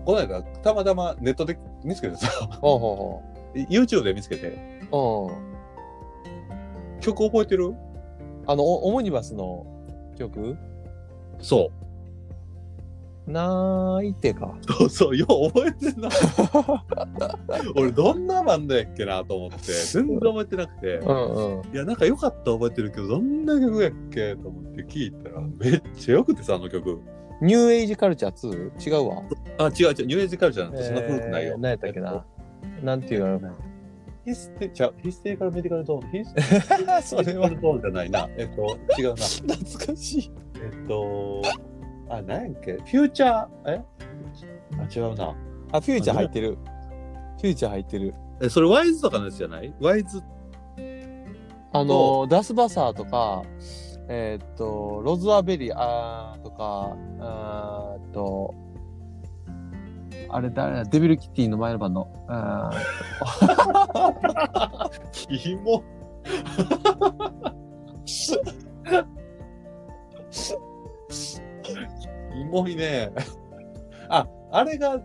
Speaker 1: この間、たまたまネットで見つけてさ、
Speaker 2: ほうほ
Speaker 1: YouTube で見つけて、
Speaker 2: うほう。うん。
Speaker 1: 曲覚えてる
Speaker 2: あの、オオムニバスの曲
Speaker 1: そ
Speaker 2: ないてか。
Speaker 1: う。そうそう、よう覚えてん な。俺、どんなバンドやっけなと思って、全然覚えてなくて、
Speaker 2: うんうん。
Speaker 1: いや、なんか良かった覚えてるけど、どんな曲やっけと思って聞いたら、めっちゃ良くてさ、あの曲。
Speaker 2: ニューエイジカルチャー 2? 違うわ。
Speaker 1: あ、違う違う、ニューエイジカルチャーなんてそんな古くないよ。
Speaker 2: えー何やったっけな。なんていうの か
Speaker 1: ヒステ、ちゃうヒステリカルメディカルドーン。ヒステリカルメディカルドー
Speaker 2: な。
Speaker 1: ンそれ はそうじゃない な。えっと、違うな。
Speaker 2: 懐かしい。
Speaker 1: えっと、あ、何やっけフューチャー、えあ、違うな。
Speaker 2: あ、フューチャー入ってる。フューチャー入ってる。
Speaker 1: え、それワイズとかのやつじゃないワイズ。
Speaker 2: あの、ダスバサーとか、えーっと、ロズアベリーあーとか、あーっと、あれ誰だデビルキティの前の番の。あー
Speaker 1: キ モ。キモいね。あ、あれが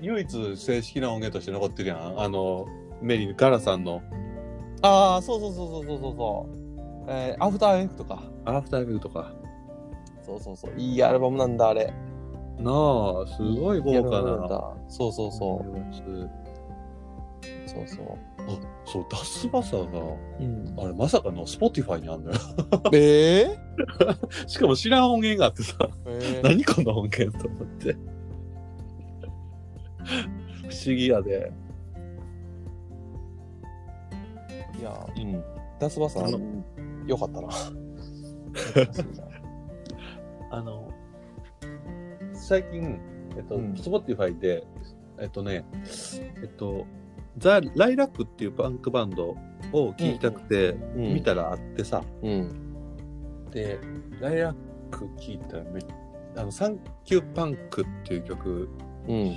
Speaker 1: 唯一正式な音源として残ってるやん。あの、メリー・ガラさんの
Speaker 2: ああ、そうそうそうそうそうそうそう。えー、アフターエフェクトか。
Speaker 1: アフタービューとか。
Speaker 2: そうそうそう。いいアルバムなんだ、あれ。
Speaker 1: なあ、すごい豪華
Speaker 2: いいアルバムん
Speaker 1: な。
Speaker 2: だ。そうそうそ
Speaker 1: そう。
Speaker 2: う。そうそう。
Speaker 1: そう、ダスバサーが。
Speaker 2: うん、
Speaker 1: あれまさかの Spotify にあんのよ。
Speaker 2: えー、
Speaker 1: しかも知らん音源があってさ、
Speaker 2: えー、
Speaker 1: 何この音源と思って。 不思議やで。
Speaker 2: いや、うん。ダスバさ
Speaker 1: あの
Speaker 2: ん、よかったな。
Speaker 1: あの、最近、えっと、
Speaker 2: うん
Speaker 1: Spotify で、えっとね、えっと、ザ・ライラックっていうパンクバンドを聴きたくて、
Speaker 2: うん
Speaker 1: 見たらあってさ、
Speaker 2: うん。
Speaker 1: で、ライラック聴いたらめっあの、サンキューパンクっていう曲、
Speaker 2: うん。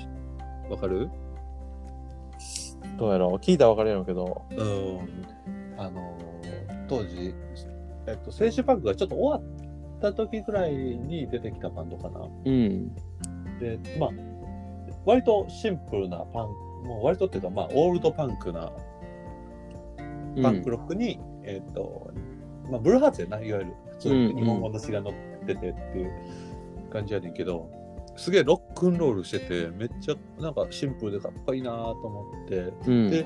Speaker 1: わかる
Speaker 2: どうやろう聞いたらわかるやろうけど。
Speaker 1: うん、あのー当時、えっと、青春パンクがちょっと終わった時ぐらいに出てきたバンドかな。
Speaker 2: うん。
Speaker 1: で、まあ、割とシンプルなパンク、もう割とっていうか、まあ、オールドパンクなパンクロックに、えっと、まあ、ブルーハーツやな、いわゆる、普通
Speaker 2: うん
Speaker 1: に
Speaker 2: うん
Speaker 1: 日本語の詩が乗っててっていう感じやねんけど、すげえロックンロールしてて、めっちゃなんかシンプルでかっこいいなと思って、
Speaker 2: うん。
Speaker 1: で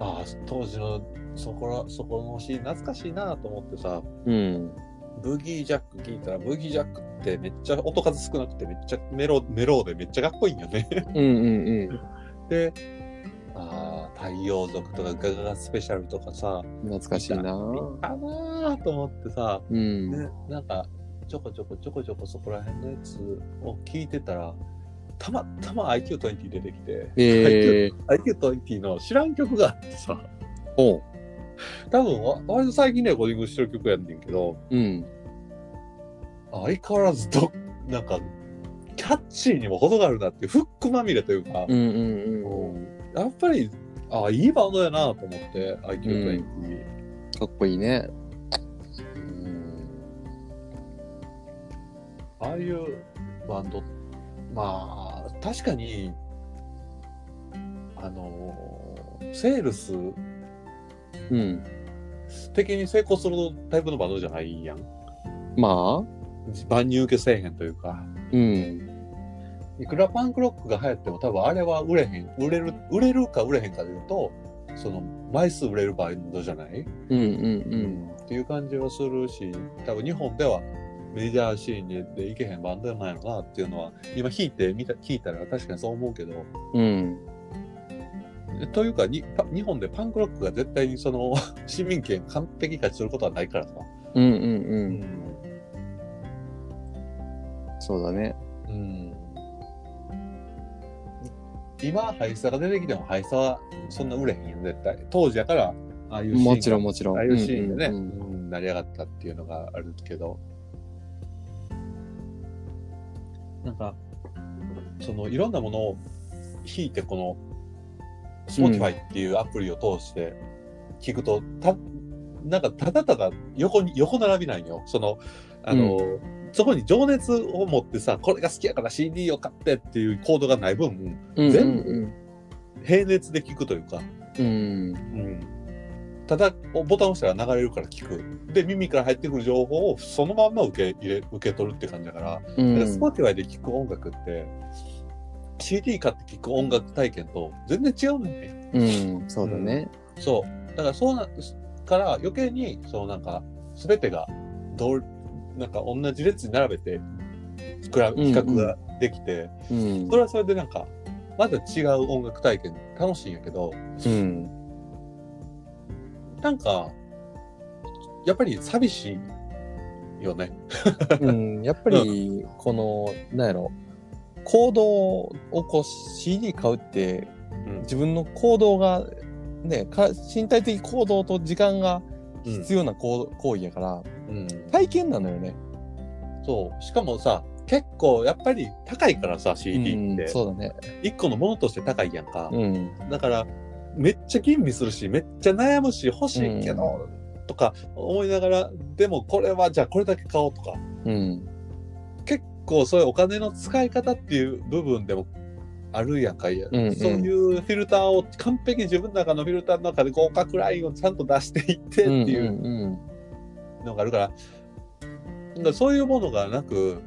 Speaker 1: ああ当時のそこらそこのシーン懐かしいなと思ってさ
Speaker 2: うん。
Speaker 1: ブギージャック聞いたら、ブギージャックってめっちゃ音数少なくてめっちゃメロ、メローでめっちゃかっこいいんよね。
Speaker 2: うんうん
Speaker 1: で、ああ、太陽族とかガガガスペシャルとかさ、
Speaker 2: うん。懐かしいな
Speaker 1: あなーと思ってさ、
Speaker 2: うん。
Speaker 1: ね、なんかちょこちょこちょこちょこそこら辺のやつを聞いてたら、たまたま IQ20 出てきて、
Speaker 2: えー、
Speaker 1: IQ20 の知らん曲があってさ、
Speaker 2: おう。
Speaker 1: 多分わ割と最近ね、ゴリングしてる曲やんねんけど、
Speaker 2: うん。
Speaker 1: 相変わらずど、なんか、キャッチーにも程があるなっていう、フックまみれというか、
Speaker 2: うんうんうん。
Speaker 1: やっぱり、あいいバンドやなと思って、IQ20。
Speaker 2: かっこいいね。
Speaker 1: ああいうバンド、まあ、確かに、あの、セールス
Speaker 2: うん。
Speaker 1: 的に成功するタイプのバンドじゃないやん。
Speaker 2: ま
Speaker 1: 万人受けせえへんというか。
Speaker 2: あ、うん。
Speaker 1: いくらパンクロックが流行っても多分あれは売れへん、売れる、売れるか売れへんかで言うと、その枚数売れるバンドじゃない、
Speaker 2: うんうん
Speaker 1: っていう感じはするし、多分日本ではメジャーシーンででいけへんバンドじゃないのかなっていうのは、今弾いてみた、聞いたら確かにそう思うけど、
Speaker 2: うん。うん。
Speaker 1: というかにパ日本でパンクロックが絶対にその 市民権完璧化することはないからさ。
Speaker 2: うんうんう。
Speaker 1: うん
Speaker 2: そうだね。
Speaker 1: うん今、ハイサが出てきても、ハイサはそんな売れへんよ、絶対。当時やから、ああいうシーンが
Speaker 2: もちろんもちろん。
Speaker 1: ああいうシーンでね、
Speaker 2: うんうん
Speaker 1: うん成り上がったっていうのがあるけど、なんか、そのいろんなものを引いて、この Spotify っていうアプリを通して聞くと、たなんかただただ横に横並びなんよ。そのあの、そこに情熱を持ってさ、これが好きやから CD を買ってっていうコードがない分、
Speaker 2: うん。
Speaker 1: 全
Speaker 2: 部。
Speaker 1: 平熱で聞くというか、
Speaker 2: うん。
Speaker 1: ただボタンを押したら流れるから聞くで耳から入ってくる情報をそのまんま受け入れ受け取るって感じだから,、
Speaker 2: う
Speaker 1: だから
Speaker 2: ん。
Speaker 1: Spotify で聞く音楽って CD 買って聞く音楽体験と全然違うのよね
Speaker 2: うん。そうだね。
Speaker 1: そうだからそうなから余計にそのなんか全てが同なんか同じ列に並べて比べ比較ができて、
Speaker 2: うん
Speaker 1: そ。れはそれでなんかまた違う音楽体験楽しいんやけど、
Speaker 2: うん。
Speaker 1: なんか、やっぱり寂しいよね。
Speaker 2: うん。やっぱり、この、なんやろ。行動をこう CD 買うって
Speaker 1: うん
Speaker 2: 自分の行動がねか身体的行動と時間が必要な行,、行為やから体験なのよね。
Speaker 1: そう。しかもさ、結構やっぱり高いからさ、
Speaker 2: う
Speaker 1: CD っ
Speaker 2: ん
Speaker 1: て。
Speaker 2: そうだね。
Speaker 1: 一個のものとして高いやんか。
Speaker 2: うん。
Speaker 1: だから、めっちゃ吟味するし、めっちゃ悩むし、欲しいけど、とか思いながら、でもこれはじゃあこれだけ買おうとか。
Speaker 2: うん。
Speaker 1: 結構そういうお金の使い方っていう部分でもあるやんかいや、
Speaker 2: うんうん
Speaker 1: そういうフィルターを完璧に自分の中のフィルターの中で合格ラインをちゃんと出していってっていう
Speaker 2: うんうん
Speaker 1: のがあるから,、そういうものがなく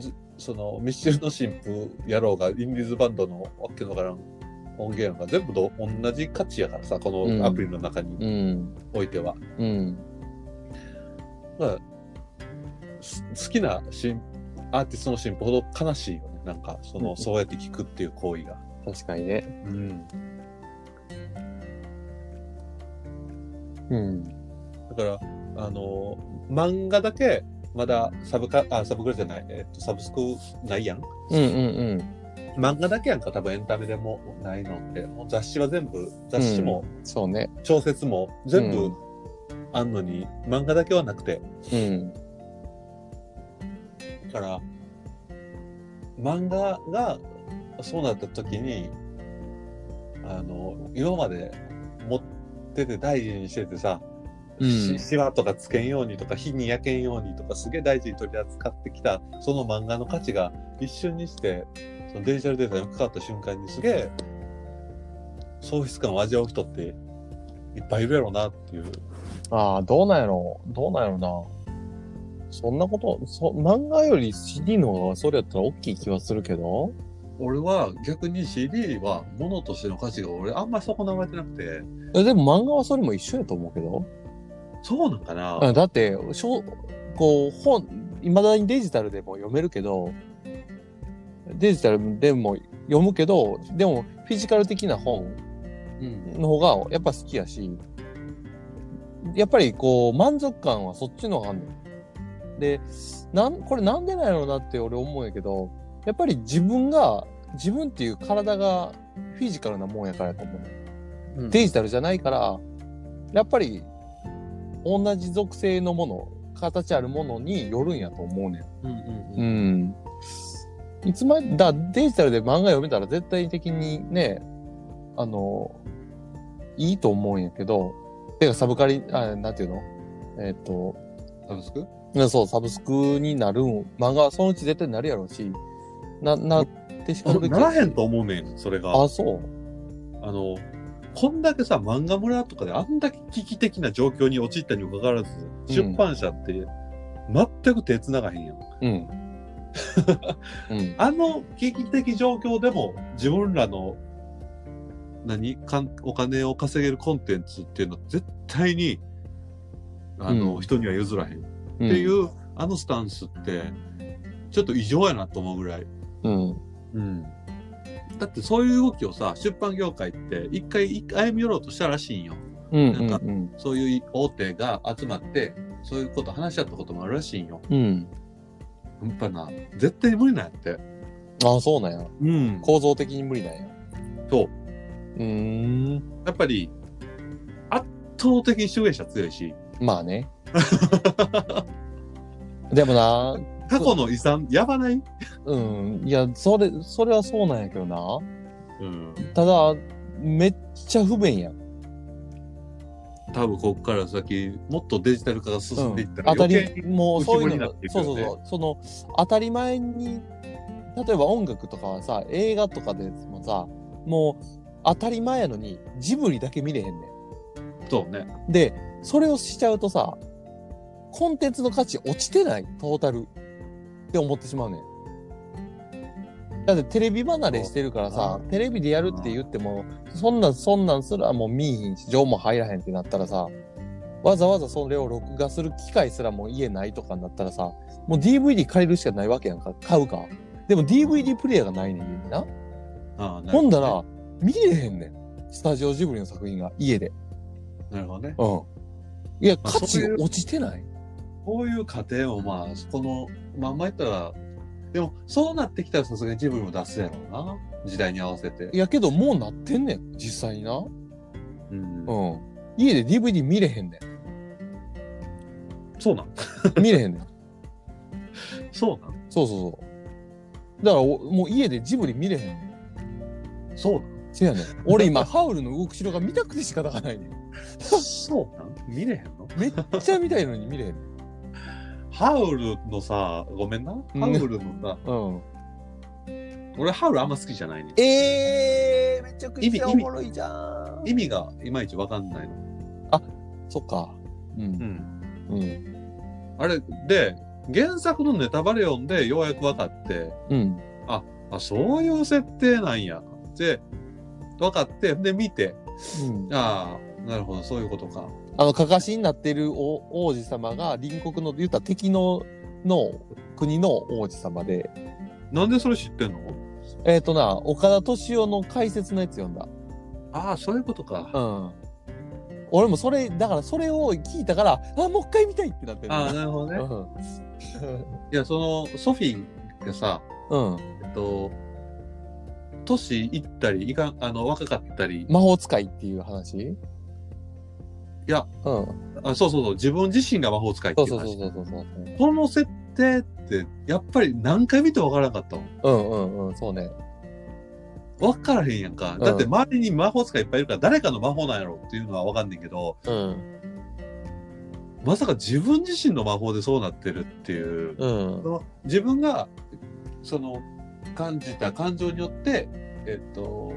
Speaker 1: ずそのミッシュルの神父やろうがインディーズバンドのわけのわからん音源が全部と同じ価値やからさこ
Speaker 2: うん
Speaker 1: のアプリの中
Speaker 2: う
Speaker 1: に
Speaker 2: ん。
Speaker 1: おいては、
Speaker 2: うん。
Speaker 1: まあ、す好きな新アーティストの進歩ほど悲しいよねなんかその、
Speaker 2: うん
Speaker 1: そうやって聞くっていう行為が、
Speaker 2: 確かにね。
Speaker 1: うん、
Speaker 2: うん。
Speaker 1: だからあの漫画だけまだサブカあサブクラじゃない、えっと、サブスクないやん
Speaker 2: うんうん
Speaker 1: 漫画だけやんか多分エンタメでもないのってもう雑誌は全部雑誌も
Speaker 2: うん。そうね。
Speaker 1: 小説も全
Speaker 2: う
Speaker 1: 部
Speaker 2: ん
Speaker 1: あんのに、漫画だけはなくて
Speaker 2: うん。
Speaker 1: だから漫画がそうなった時にあの今まで持ってて大事にしててさ、
Speaker 2: うん
Speaker 1: しシワとかつけんようにとか火に焼けんようにとかすげえ大事に取り扱ってきたその漫画の価値が一瞬にしてそのデジタルデータにかかった瞬間にすげえ喪失感を味わう人っていっぱいいるやろうなっていう。
Speaker 2: ああ、どうなんやろう。どうなんやろうな。そんなこと、そ漫画より CD の方がそれやったら大きい気はするけど。
Speaker 1: 俺は逆に CD は物としての価値が俺あんまり損なわれてなくて。
Speaker 2: えでも漫画はそれも一緒やと思うけど。
Speaker 1: そうなんかな、
Speaker 2: うんだってしょこう本いまだにデジタルでも読めるけどデジタルでも読むけどでもフィジカル的な本
Speaker 1: うん
Speaker 2: の方がやっぱ好きやしやっぱりこう満足感はそっちの方があんねんでなんこれなんでなんやろうなって俺思うんやけどやっぱり自分が自分っていう体がフィジカルなもんやからやと思うねん
Speaker 1: うん
Speaker 2: デジタルじゃないから、やっぱり同じ属性のもの、形あるものによるんやと思うね
Speaker 1: うんうん
Speaker 2: ん。
Speaker 1: うん
Speaker 2: ん。いつまで、だデジタルで漫画読めたら絶対的にね、あの、いいと思うんやけど、てかサブカリ、あなんていうのえっ、と、
Speaker 1: サブスク
Speaker 2: うんそう、サブスクになるん漫画はそのうち絶対なるやろうし、な、なってしかるべき
Speaker 1: ならへんと思うねんそれが
Speaker 2: あ、そう。
Speaker 1: あの、こんだけさ、漫画村とかであんだけ危機的な状況に陥ったにもかかわらず、出版社って全く手繋がへんやん。
Speaker 2: うん。うん。
Speaker 1: あの危機的状況でも自分らの何かんお金を稼げるコンテンツっていうのは絶対にあの、
Speaker 2: うん
Speaker 1: 人には譲らへんっ
Speaker 2: って
Speaker 1: ていう、あのスタンスってちょっと異常やなと思うぐらい。
Speaker 2: うん。
Speaker 1: うん、だってそういう動きをさ出版業界って一回一歩み寄ろうとしたらしいんよ。
Speaker 2: うん
Speaker 1: なんか
Speaker 2: うん
Speaker 1: そういう大手が集まって、そういうこと話し合ったこともあるらしいんよ。
Speaker 2: うんうん
Speaker 1: うんぱな。絶対無理なんやって。
Speaker 2: ああそうなんや
Speaker 1: うん
Speaker 2: 構造的に無理なんや
Speaker 1: そう。
Speaker 2: うーん
Speaker 1: やっぱり、圧倒的に集英者強いし、
Speaker 2: まあねでもな
Speaker 1: 過去の遺産、やばない
Speaker 2: うんいやそれそれはそうなんやけどな
Speaker 1: うん。
Speaker 2: ただめっちゃ不便やん、
Speaker 1: 多分ここから先、もっとデジタル化が進んでいったら、
Speaker 2: 当た
Speaker 1: 余計
Speaker 2: り
Speaker 1: に
Speaker 2: もうそうい
Speaker 1: 浮き彫り
Speaker 2: うのが
Speaker 1: になっていく
Speaker 2: そうそ
Speaker 1: よ
Speaker 2: う
Speaker 1: ね
Speaker 2: そうその当たり前に例えば音楽とかはさ映画とかでもさもう当たり前やのにジブリだけ見れへんねん
Speaker 1: そうね。
Speaker 2: で、それをしちゃうとさ、コンテンツの価値落ちてない、トータル。って思ってしまうねん。だってテレビ離れしてるからさ
Speaker 1: そう、
Speaker 2: テレビでやるって言っても、そんなん、そんなんすらもう見いひんし、情も入らへんってなったらさ、わざわざそれを録画する機会すらもう家ないとかになったらさ、もう DVD 借りるしかないわけやんか、買うか。でも DVD プレイヤーがないねん、家にな。
Speaker 1: ああ、なるほ
Speaker 2: ほんだ
Speaker 1: どね
Speaker 2: ら、見れへんねん。スタジオジブリの作品が、家で。
Speaker 1: なるほどね。
Speaker 2: うん。いや、
Speaker 1: まあ
Speaker 2: 価
Speaker 1: そ
Speaker 2: 値
Speaker 1: うい
Speaker 2: が
Speaker 1: う
Speaker 2: 落ちてない
Speaker 1: こういう過程も、まあ、そこの、まあ、前言ったら、でも、そうなってきたらさすがに自分も出すやろうな。時代に合わせて。
Speaker 2: いやけどもうなってんねん実際になう
Speaker 1: うん
Speaker 2: ん家で DVD 見れへんね
Speaker 1: そうなん
Speaker 2: ん見れへんねん
Speaker 1: そうなん
Speaker 2: そうそうそうだからおもう家でジブリ見れへんねん
Speaker 1: そう
Speaker 2: せやねん俺 今ハウルの動く城が見たくて仕方がないねん
Speaker 1: なんそうなん見れへんの
Speaker 2: めっちゃ見たいのに見れへんねん
Speaker 1: ハウルのさ、ごめんな。
Speaker 2: うん
Speaker 1: ハウルのさ、
Speaker 2: うん
Speaker 1: 俺ハウルあんま好きじゃないね。
Speaker 2: えー、めちゃく
Speaker 1: ちゃおも
Speaker 2: ろいじゃん
Speaker 1: 意味がいまいちわかんないの。
Speaker 2: そっかうん
Speaker 1: ん。
Speaker 2: うん
Speaker 1: あれ、で、原作のネタバレ読んでようやく分かって、
Speaker 2: うん
Speaker 1: あ、そういう設定なんや。で、分かって、で、見て、
Speaker 2: うん、
Speaker 1: ああ、なるほど、そういうことか。
Speaker 2: あのかかしになってるお王子様が隣国の言ったら敵のの国の王子様で
Speaker 1: なんでそれ知ってんの
Speaker 2: えっ、とな、岡田敏夫の解説のやつ読んだ。
Speaker 1: ああ、そういうことか。
Speaker 2: う
Speaker 1: あ
Speaker 2: ん。俺もそれ、だからそれを聞いたから、あ、もう一回見たいってなってる。
Speaker 1: あ、なるほどね。いや、その、ソフィーがさ、
Speaker 2: うん。うん。
Speaker 1: えっと、年いったり、いかん、あの、若かったり、
Speaker 2: 魔法使いっていう話い
Speaker 1: や。
Speaker 2: うん。
Speaker 1: あそうそうそう、自分自身が魔法使いって
Speaker 2: そ
Speaker 1: いうう話。
Speaker 2: そうそうそうそうそう。
Speaker 1: この設定って、やっぱり何回見ても分からなかったもん。
Speaker 2: うんうんうん、そうね。
Speaker 1: 分からへんやんか。だって周りに魔法使いいっぱいいるから、誰かの魔法なんやろっていうのは分かんねんけど、
Speaker 2: うん。
Speaker 1: まさか自分自身の魔法でそうなってるっていう、
Speaker 2: うん
Speaker 1: そ。の自分が、その、感じた感情によって、えっと、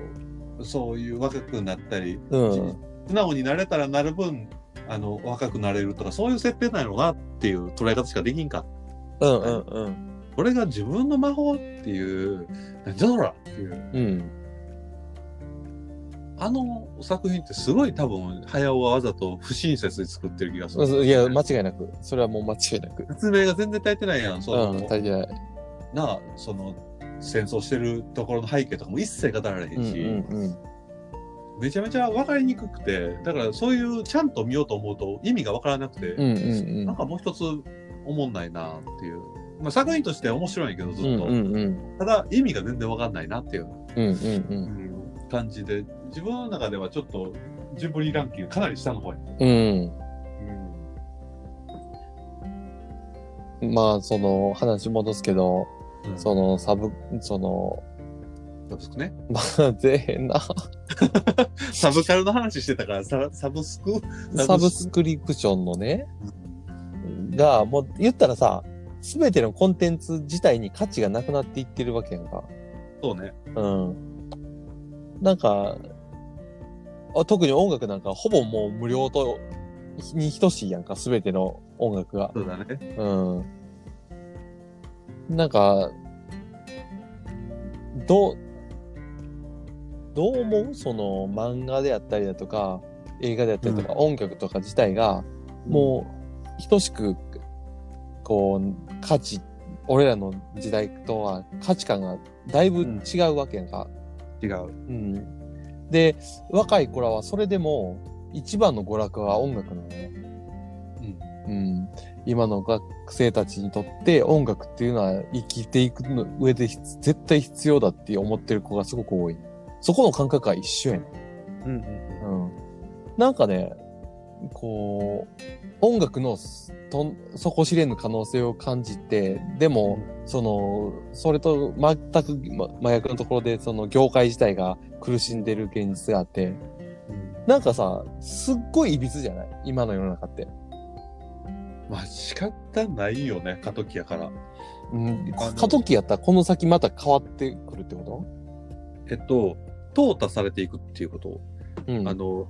Speaker 1: そういう若くなったり、
Speaker 2: うん。
Speaker 1: 素直になれたらなる分、あの、若くなれるとか、そういう設定なのかなっていう捉え方しかできんかった
Speaker 2: うんうんうん。
Speaker 1: これが自分の魔法っていう、なんじゃそらっていう、
Speaker 2: うん。
Speaker 1: あの作品ってすごい多分早尾はわざと不親切に作ってる気がす
Speaker 2: そうそ
Speaker 1: る。
Speaker 2: ういや、間違いなく。それはもう間違いなく。
Speaker 1: 説明が全然足りてないやん。
Speaker 2: う
Speaker 1: その、
Speaker 2: ん、足りてない。
Speaker 1: なあその戦争してるところの背景とかも一切語られへ
Speaker 2: うん
Speaker 1: ん
Speaker 2: う
Speaker 1: し、
Speaker 2: ん
Speaker 1: めちゃめちゃ分かりにくくてだからそういうちゃんと見ようと思うと意味が分からなくて、
Speaker 2: うん。うんうん
Speaker 1: なんかもう一つ思んないなっていう、まあ、作品として面白いんやけどず
Speaker 2: う
Speaker 1: っ
Speaker 2: ん。う
Speaker 1: と、
Speaker 2: んうんうん。
Speaker 1: ただ意味が全然分かんないなっていう
Speaker 2: うんうん
Speaker 1: 感じで自分の中ではちょっとジブリランキングかなり下の方に、
Speaker 2: うん。うん。まあ、その、話戻すけど、
Speaker 1: うん
Speaker 2: その、サブ、その、
Speaker 1: サブスクね
Speaker 2: まあ、ぜえな。
Speaker 1: サブカルの話してたからササブスク
Speaker 2: サブスクリプションのね、が、もう、言ったらさ、すべてのコンテンツ自体に価値がなくなっていってるわけやんか。
Speaker 1: そうね
Speaker 2: うん。なんか、あ特に音楽なんかほぼもう無料と、に等しいやんか、すべての音楽が。
Speaker 1: そうだね
Speaker 2: うん。なんか、どう、どう思うその漫画であったりだとか、映画であったりとか、音楽とか自体が、もう、等しく、こう、価値、俺らの時代とは価値観がだいぶ違うわけやんか。
Speaker 1: 違う
Speaker 2: うん。で、若い子らはそれでも、一番の娯楽は音楽なのね。うん。今の学生たちにとって音楽っていうのは生きていくの上で必絶対必要だって思ってる子がすごく多い。そこの感覚は一緒やね
Speaker 1: うんうん
Speaker 2: うん。なんかね、こう、音楽のすとん底知れぬ可能性を感じて、でも、その、それと全くま真逆のところで、その業界自体が苦しんでる現実があって、なんかさ、すっごい歪じゃない今の世の中って。
Speaker 1: まあ仕方ないよね過渡期やから
Speaker 2: うん
Speaker 1: あの
Speaker 2: 過渡期やったらこの先また変わってくるってこ
Speaker 1: えっと淘汰されていくっていうこと、
Speaker 2: とうん。
Speaker 1: あの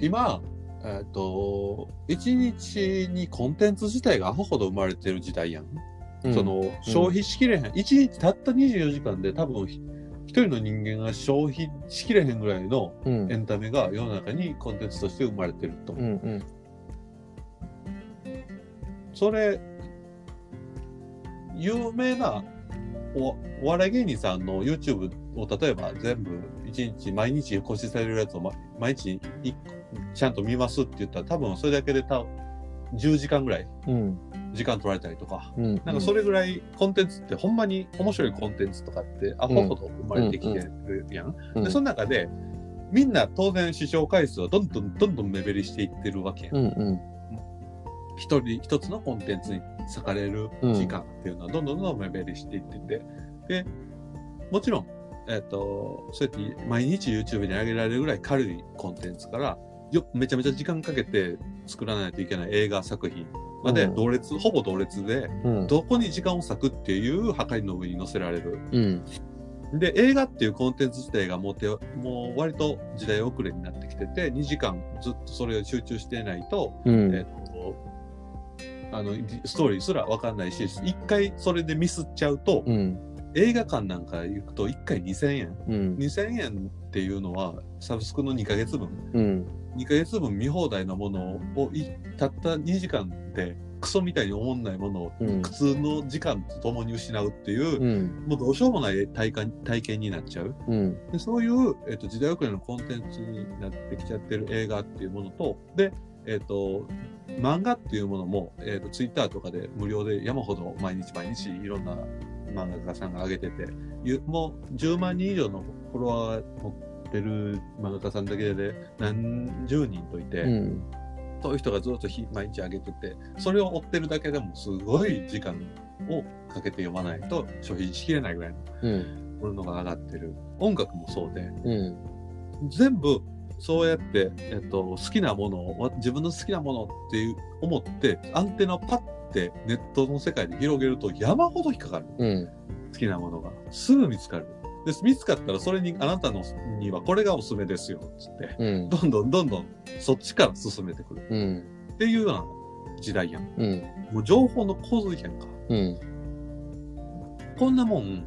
Speaker 1: 今えっと一日にコンテンツ自体がアホほど生まれてる時代やん、
Speaker 2: うん
Speaker 1: そ、の消費しきれへん一日たった24時間で多分ひ一人の人間が消費しきれへんぐらいの
Speaker 2: うん。
Speaker 1: エンタメが世の中にコンテンツとして生まれてると、
Speaker 2: うんうん。
Speaker 1: それ有名なおお笑い芸人さんの YouTube を例えば全部一日毎日更新されるやつを、ま、毎日一個ちゃんと見ますって言ったら多分それだけでた10時間ぐらい
Speaker 2: うん。
Speaker 1: 時間取られたりとか
Speaker 2: うん。
Speaker 1: なんかそれぐらいコンテンツってほんまに面白いコンテンツとかってアホほど生まれてきてるやん。
Speaker 2: うん
Speaker 1: でその中でみんな当然視聴回数はどんどんどんどん目減りしていってるわけやん
Speaker 2: うんうん。
Speaker 1: 一人一つのコンテンツに割かれる時間っていうのはどんどんどんどん目減りしていってて、でもちろん、えっとそうやって毎日 YouTube に上げられるぐらい軽いコンテンツからよめちゃめちゃ時間かけて作らないといけない映画作品まで
Speaker 2: うん
Speaker 1: 同列、ほぼ同列で
Speaker 2: うん。
Speaker 1: どこに時間を割くっていう破壊の上に乗せられる
Speaker 2: うん。
Speaker 1: で映画っていうコンテンツ自体がもうてもう割と時代遅れになってきてて2時間ずっとそれを集中していないと
Speaker 2: うん。
Speaker 1: えっと、あのストーリーすら分かんないし一回それでミスっちゃうと、
Speaker 2: うん。
Speaker 1: 映画館なんか行くと1回2000円
Speaker 2: うん。
Speaker 1: 2000円っていうのはサブスクの2ヶ月分
Speaker 2: うん。
Speaker 1: 2ヶ月分見放題のものをいたった2時間でクソみたいに思んないものを
Speaker 2: うん
Speaker 1: 苦痛の時間とともに失うっていう、
Speaker 2: うん。
Speaker 1: もうどうしようもない体感体験になっちゃう
Speaker 2: うん。
Speaker 1: でそういう、えっと時代遅れのコンテンツになってきちゃってる映画っていうものとで、えっと漫画っていうものも、えっとツイッターとかで無料で山ほど毎日毎日いろんな漫画家さんが上げててゆもう10万人以上のフォロワー持ってる漫画家さんだけで何十人といて、
Speaker 2: うん。
Speaker 1: そういう人がずっと日毎日上げててそれを追ってるだけでもすごい時間をかけて読まないと消費しきれないぐらいの
Speaker 2: うん。
Speaker 1: ものが上がってる音楽もそうで。
Speaker 2: うん。
Speaker 1: 全部そうやって、えっと、好きなものをわ自分の好きなものっていう思ってアンテナをパッてネットの世界で広げると山ほど引っかかる
Speaker 2: うん。
Speaker 1: 好きなものがすぐ見つかるで見つかったらそれにあなたのにはこれがおすすめですよっつって
Speaker 2: うん。
Speaker 1: どんどんどんどんそっちから進めてくる
Speaker 2: うん。
Speaker 1: っていうような時代やん
Speaker 2: うん。
Speaker 1: もう情報の洪水やんか
Speaker 2: うん。
Speaker 1: こんなもん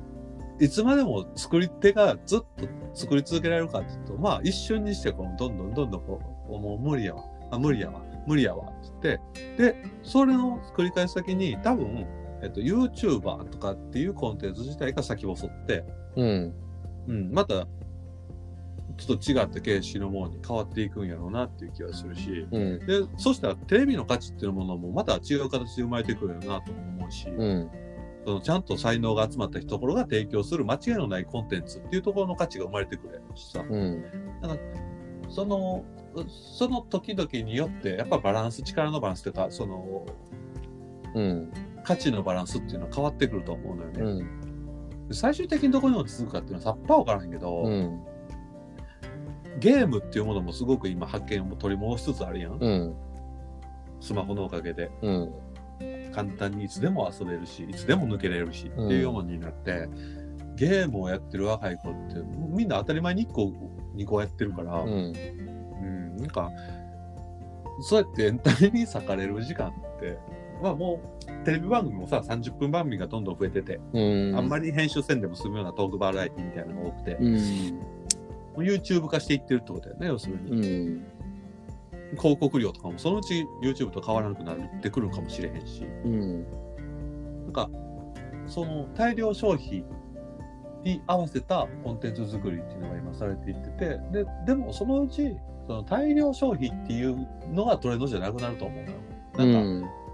Speaker 1: いつまでも作り手がずっと作り続けられるかっていうとまあ一瞬にしてこのどんどんどんどんこうもう無理やわあ無理やわ無理やわって言ってでそれの繰り返し先に多分、えっと、YouTuber とかっていうコンテンツ自体が先細って、
Speaker 2: うん。
Speaker 1: うん、またちょっと違った形式のものに変わっていくんやろうなっていう気がするし
Speaker 2: うん。
Speaker 1: でそしたらテレビの価値っていうものもまた違う形で生まれてくるよなとも思うし。
Speaker 2: うん。
Speaker 1: そのちゃんと才能が集まったところが提供する間違いのないコンテンツっていうところの価値が生まれてくるやろうしさ
Speaker 2: うん。
Speaker 1: そのその時々によってやっぱバランス力のバランスというかその
Speaker 2: うん。
Speaker 1: 価値のバランスっていうのは変わってくると思うのよね、
Speaker 2: うん。
Speaker 1: 最終的にどこに落ち着くかっていうのはさっぱ分からへんけど、
Speaker 2: うん。
Speaker 1: ゲームっていうものもすごく今発見を取り戻しつつあるやん、
Speaker 2: うん。
Speaker 1: スマホのおかげで
Speaker 2: うん。
Speaker 1: 簡単にいつでも遊べるしいつでも抜けれるしっていうようになって、ゲームをやってる若い子ってみんな当たり前に1個2個やってるから、
Speaker 2: うん。
Speaker 1: うん、なんか、そうやってエンタメに割かれる時間って、まあもう、テレビ番組もさ、30分番組がどんどん増えてて、
Speaker 2: うん。
Speaker 1: あんまり編集せんでも済むようなトークバラエティみたいなのが多くて、
Speaker 2: うん。
Speaker 1: もう YouTube 化していってるってことだよね、要する
Speaker 2: う
Speaker 1: に。
Speaker 2: ん。
Speaker 1: 広告料とかも、そのうち YouTube と変わらなくなってくるかもしれへんし、
Speaker 2: うん。
Speaker 1: なんか、その大量消費に合わせたコンテンツ作りっていうのが今されていってて、ででもそのうち、その大量消費っていうのがトレンドじゃなくなると思うのよ。なんか、
Speaker 2: うん。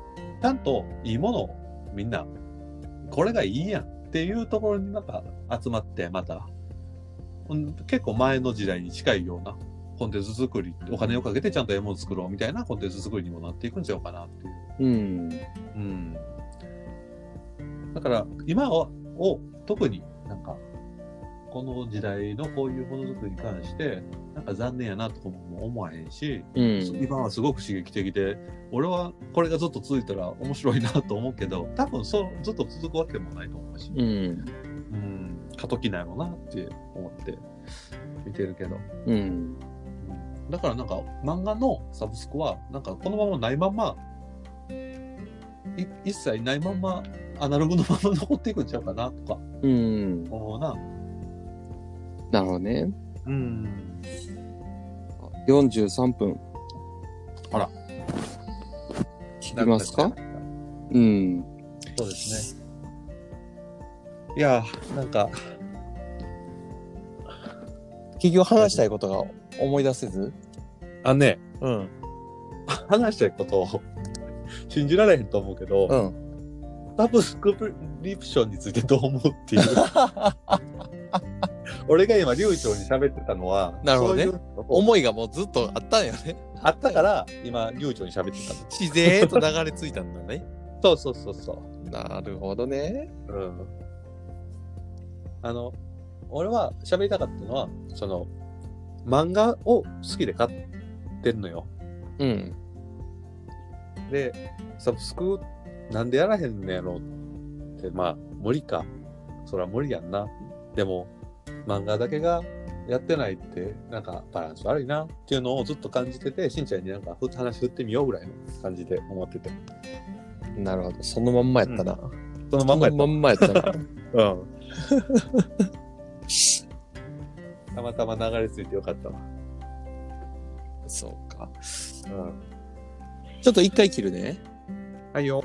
Speaker 1: ちゃんといいものをみんなこれがいいやんっていうところになんか集まってまたうん結構前の時代に近いようなコンテンツ作りお金をかけてちゃんと獲物作ろうみたいなコンテンツ作りにもなっていくんちゃうかなっていう。
Speaker 2: うん。
Speaker 1: うん、だから今をを特になんかこの時代のこういうものづくりに関してなんか残念やなとかも思わへんし、
Speaker 2: うん。
Speaker 1: 今はすごく刺激的で俺はこれがずっと続いたら面白いなと思うけど多分そうずっと続くわけでもないと思うし、
Speaker 2: うん。
Speaker 1: うん、過渡期なのなって思って見てるけど、
Speaker 2: うん。
Speaker 1: うんだからなんか漫画のサブスクはなんかこのままないまんまい一切ないまんまアナログのまま残っていくんちゃうかなとか
Speaker 2: うん。
Speaker 1: 思うな。
Speaker 2: なるほどね。
Speaker 1: うん
Speaker 2: 43分。
Speaker 1: あら。
Speaker 2: 聞きますかうん。
Speaker 1: そうですね。いやーなんか
Speaker 2: 結局話したいことが思い出せず。
Speaker 1: あね
Speaker 2: うん。
Speaker 1: 話したいことを 信じられへんと思うけど、
Speaker 2: うん。
Speaker 1: サブスクリプションについてどう思うっていう 俺が今流暢に喋ってたのは
Speaker 2: なるほどね
Speaker 1: そういうのを
Speaker 2: 思いがもうずっとあったんよね。
Speaker 1: あったから今流暢に喋ってたの
Speaker 2: 自然と流れ着いたんだね。
Speaker 1: そうそうそうそ
Speaker 2: なるほどね。
Speaker 1: ううんあの俺は喋りたかったのはその漫画を好きで買ってんのよ
Speaker 2: うん。
Speaker 1: でサブスクなんでやらへんのやろってまあ無理かそりゃ無理やんなでも漫画だけがやってないってなんかバランス悪いなっていうのをずっと感じててしんちゃんになんかふ話振ってみようぐらいの感じで思ってて
Speaker 2: なるほど。そのまんまやったな。
Speaker 1: そのまんまや
Speaker 2: そ
Speaker 1: っ
Speaker 2: のまんまやったな。
Speaker 1: た、 うん、たまたま流れ着いてよかったわ、
Speaker 2: そうか。
Speaker 1: うん、
Speaker 2: ちょっと一回切るね。
Speaker 1: はいよ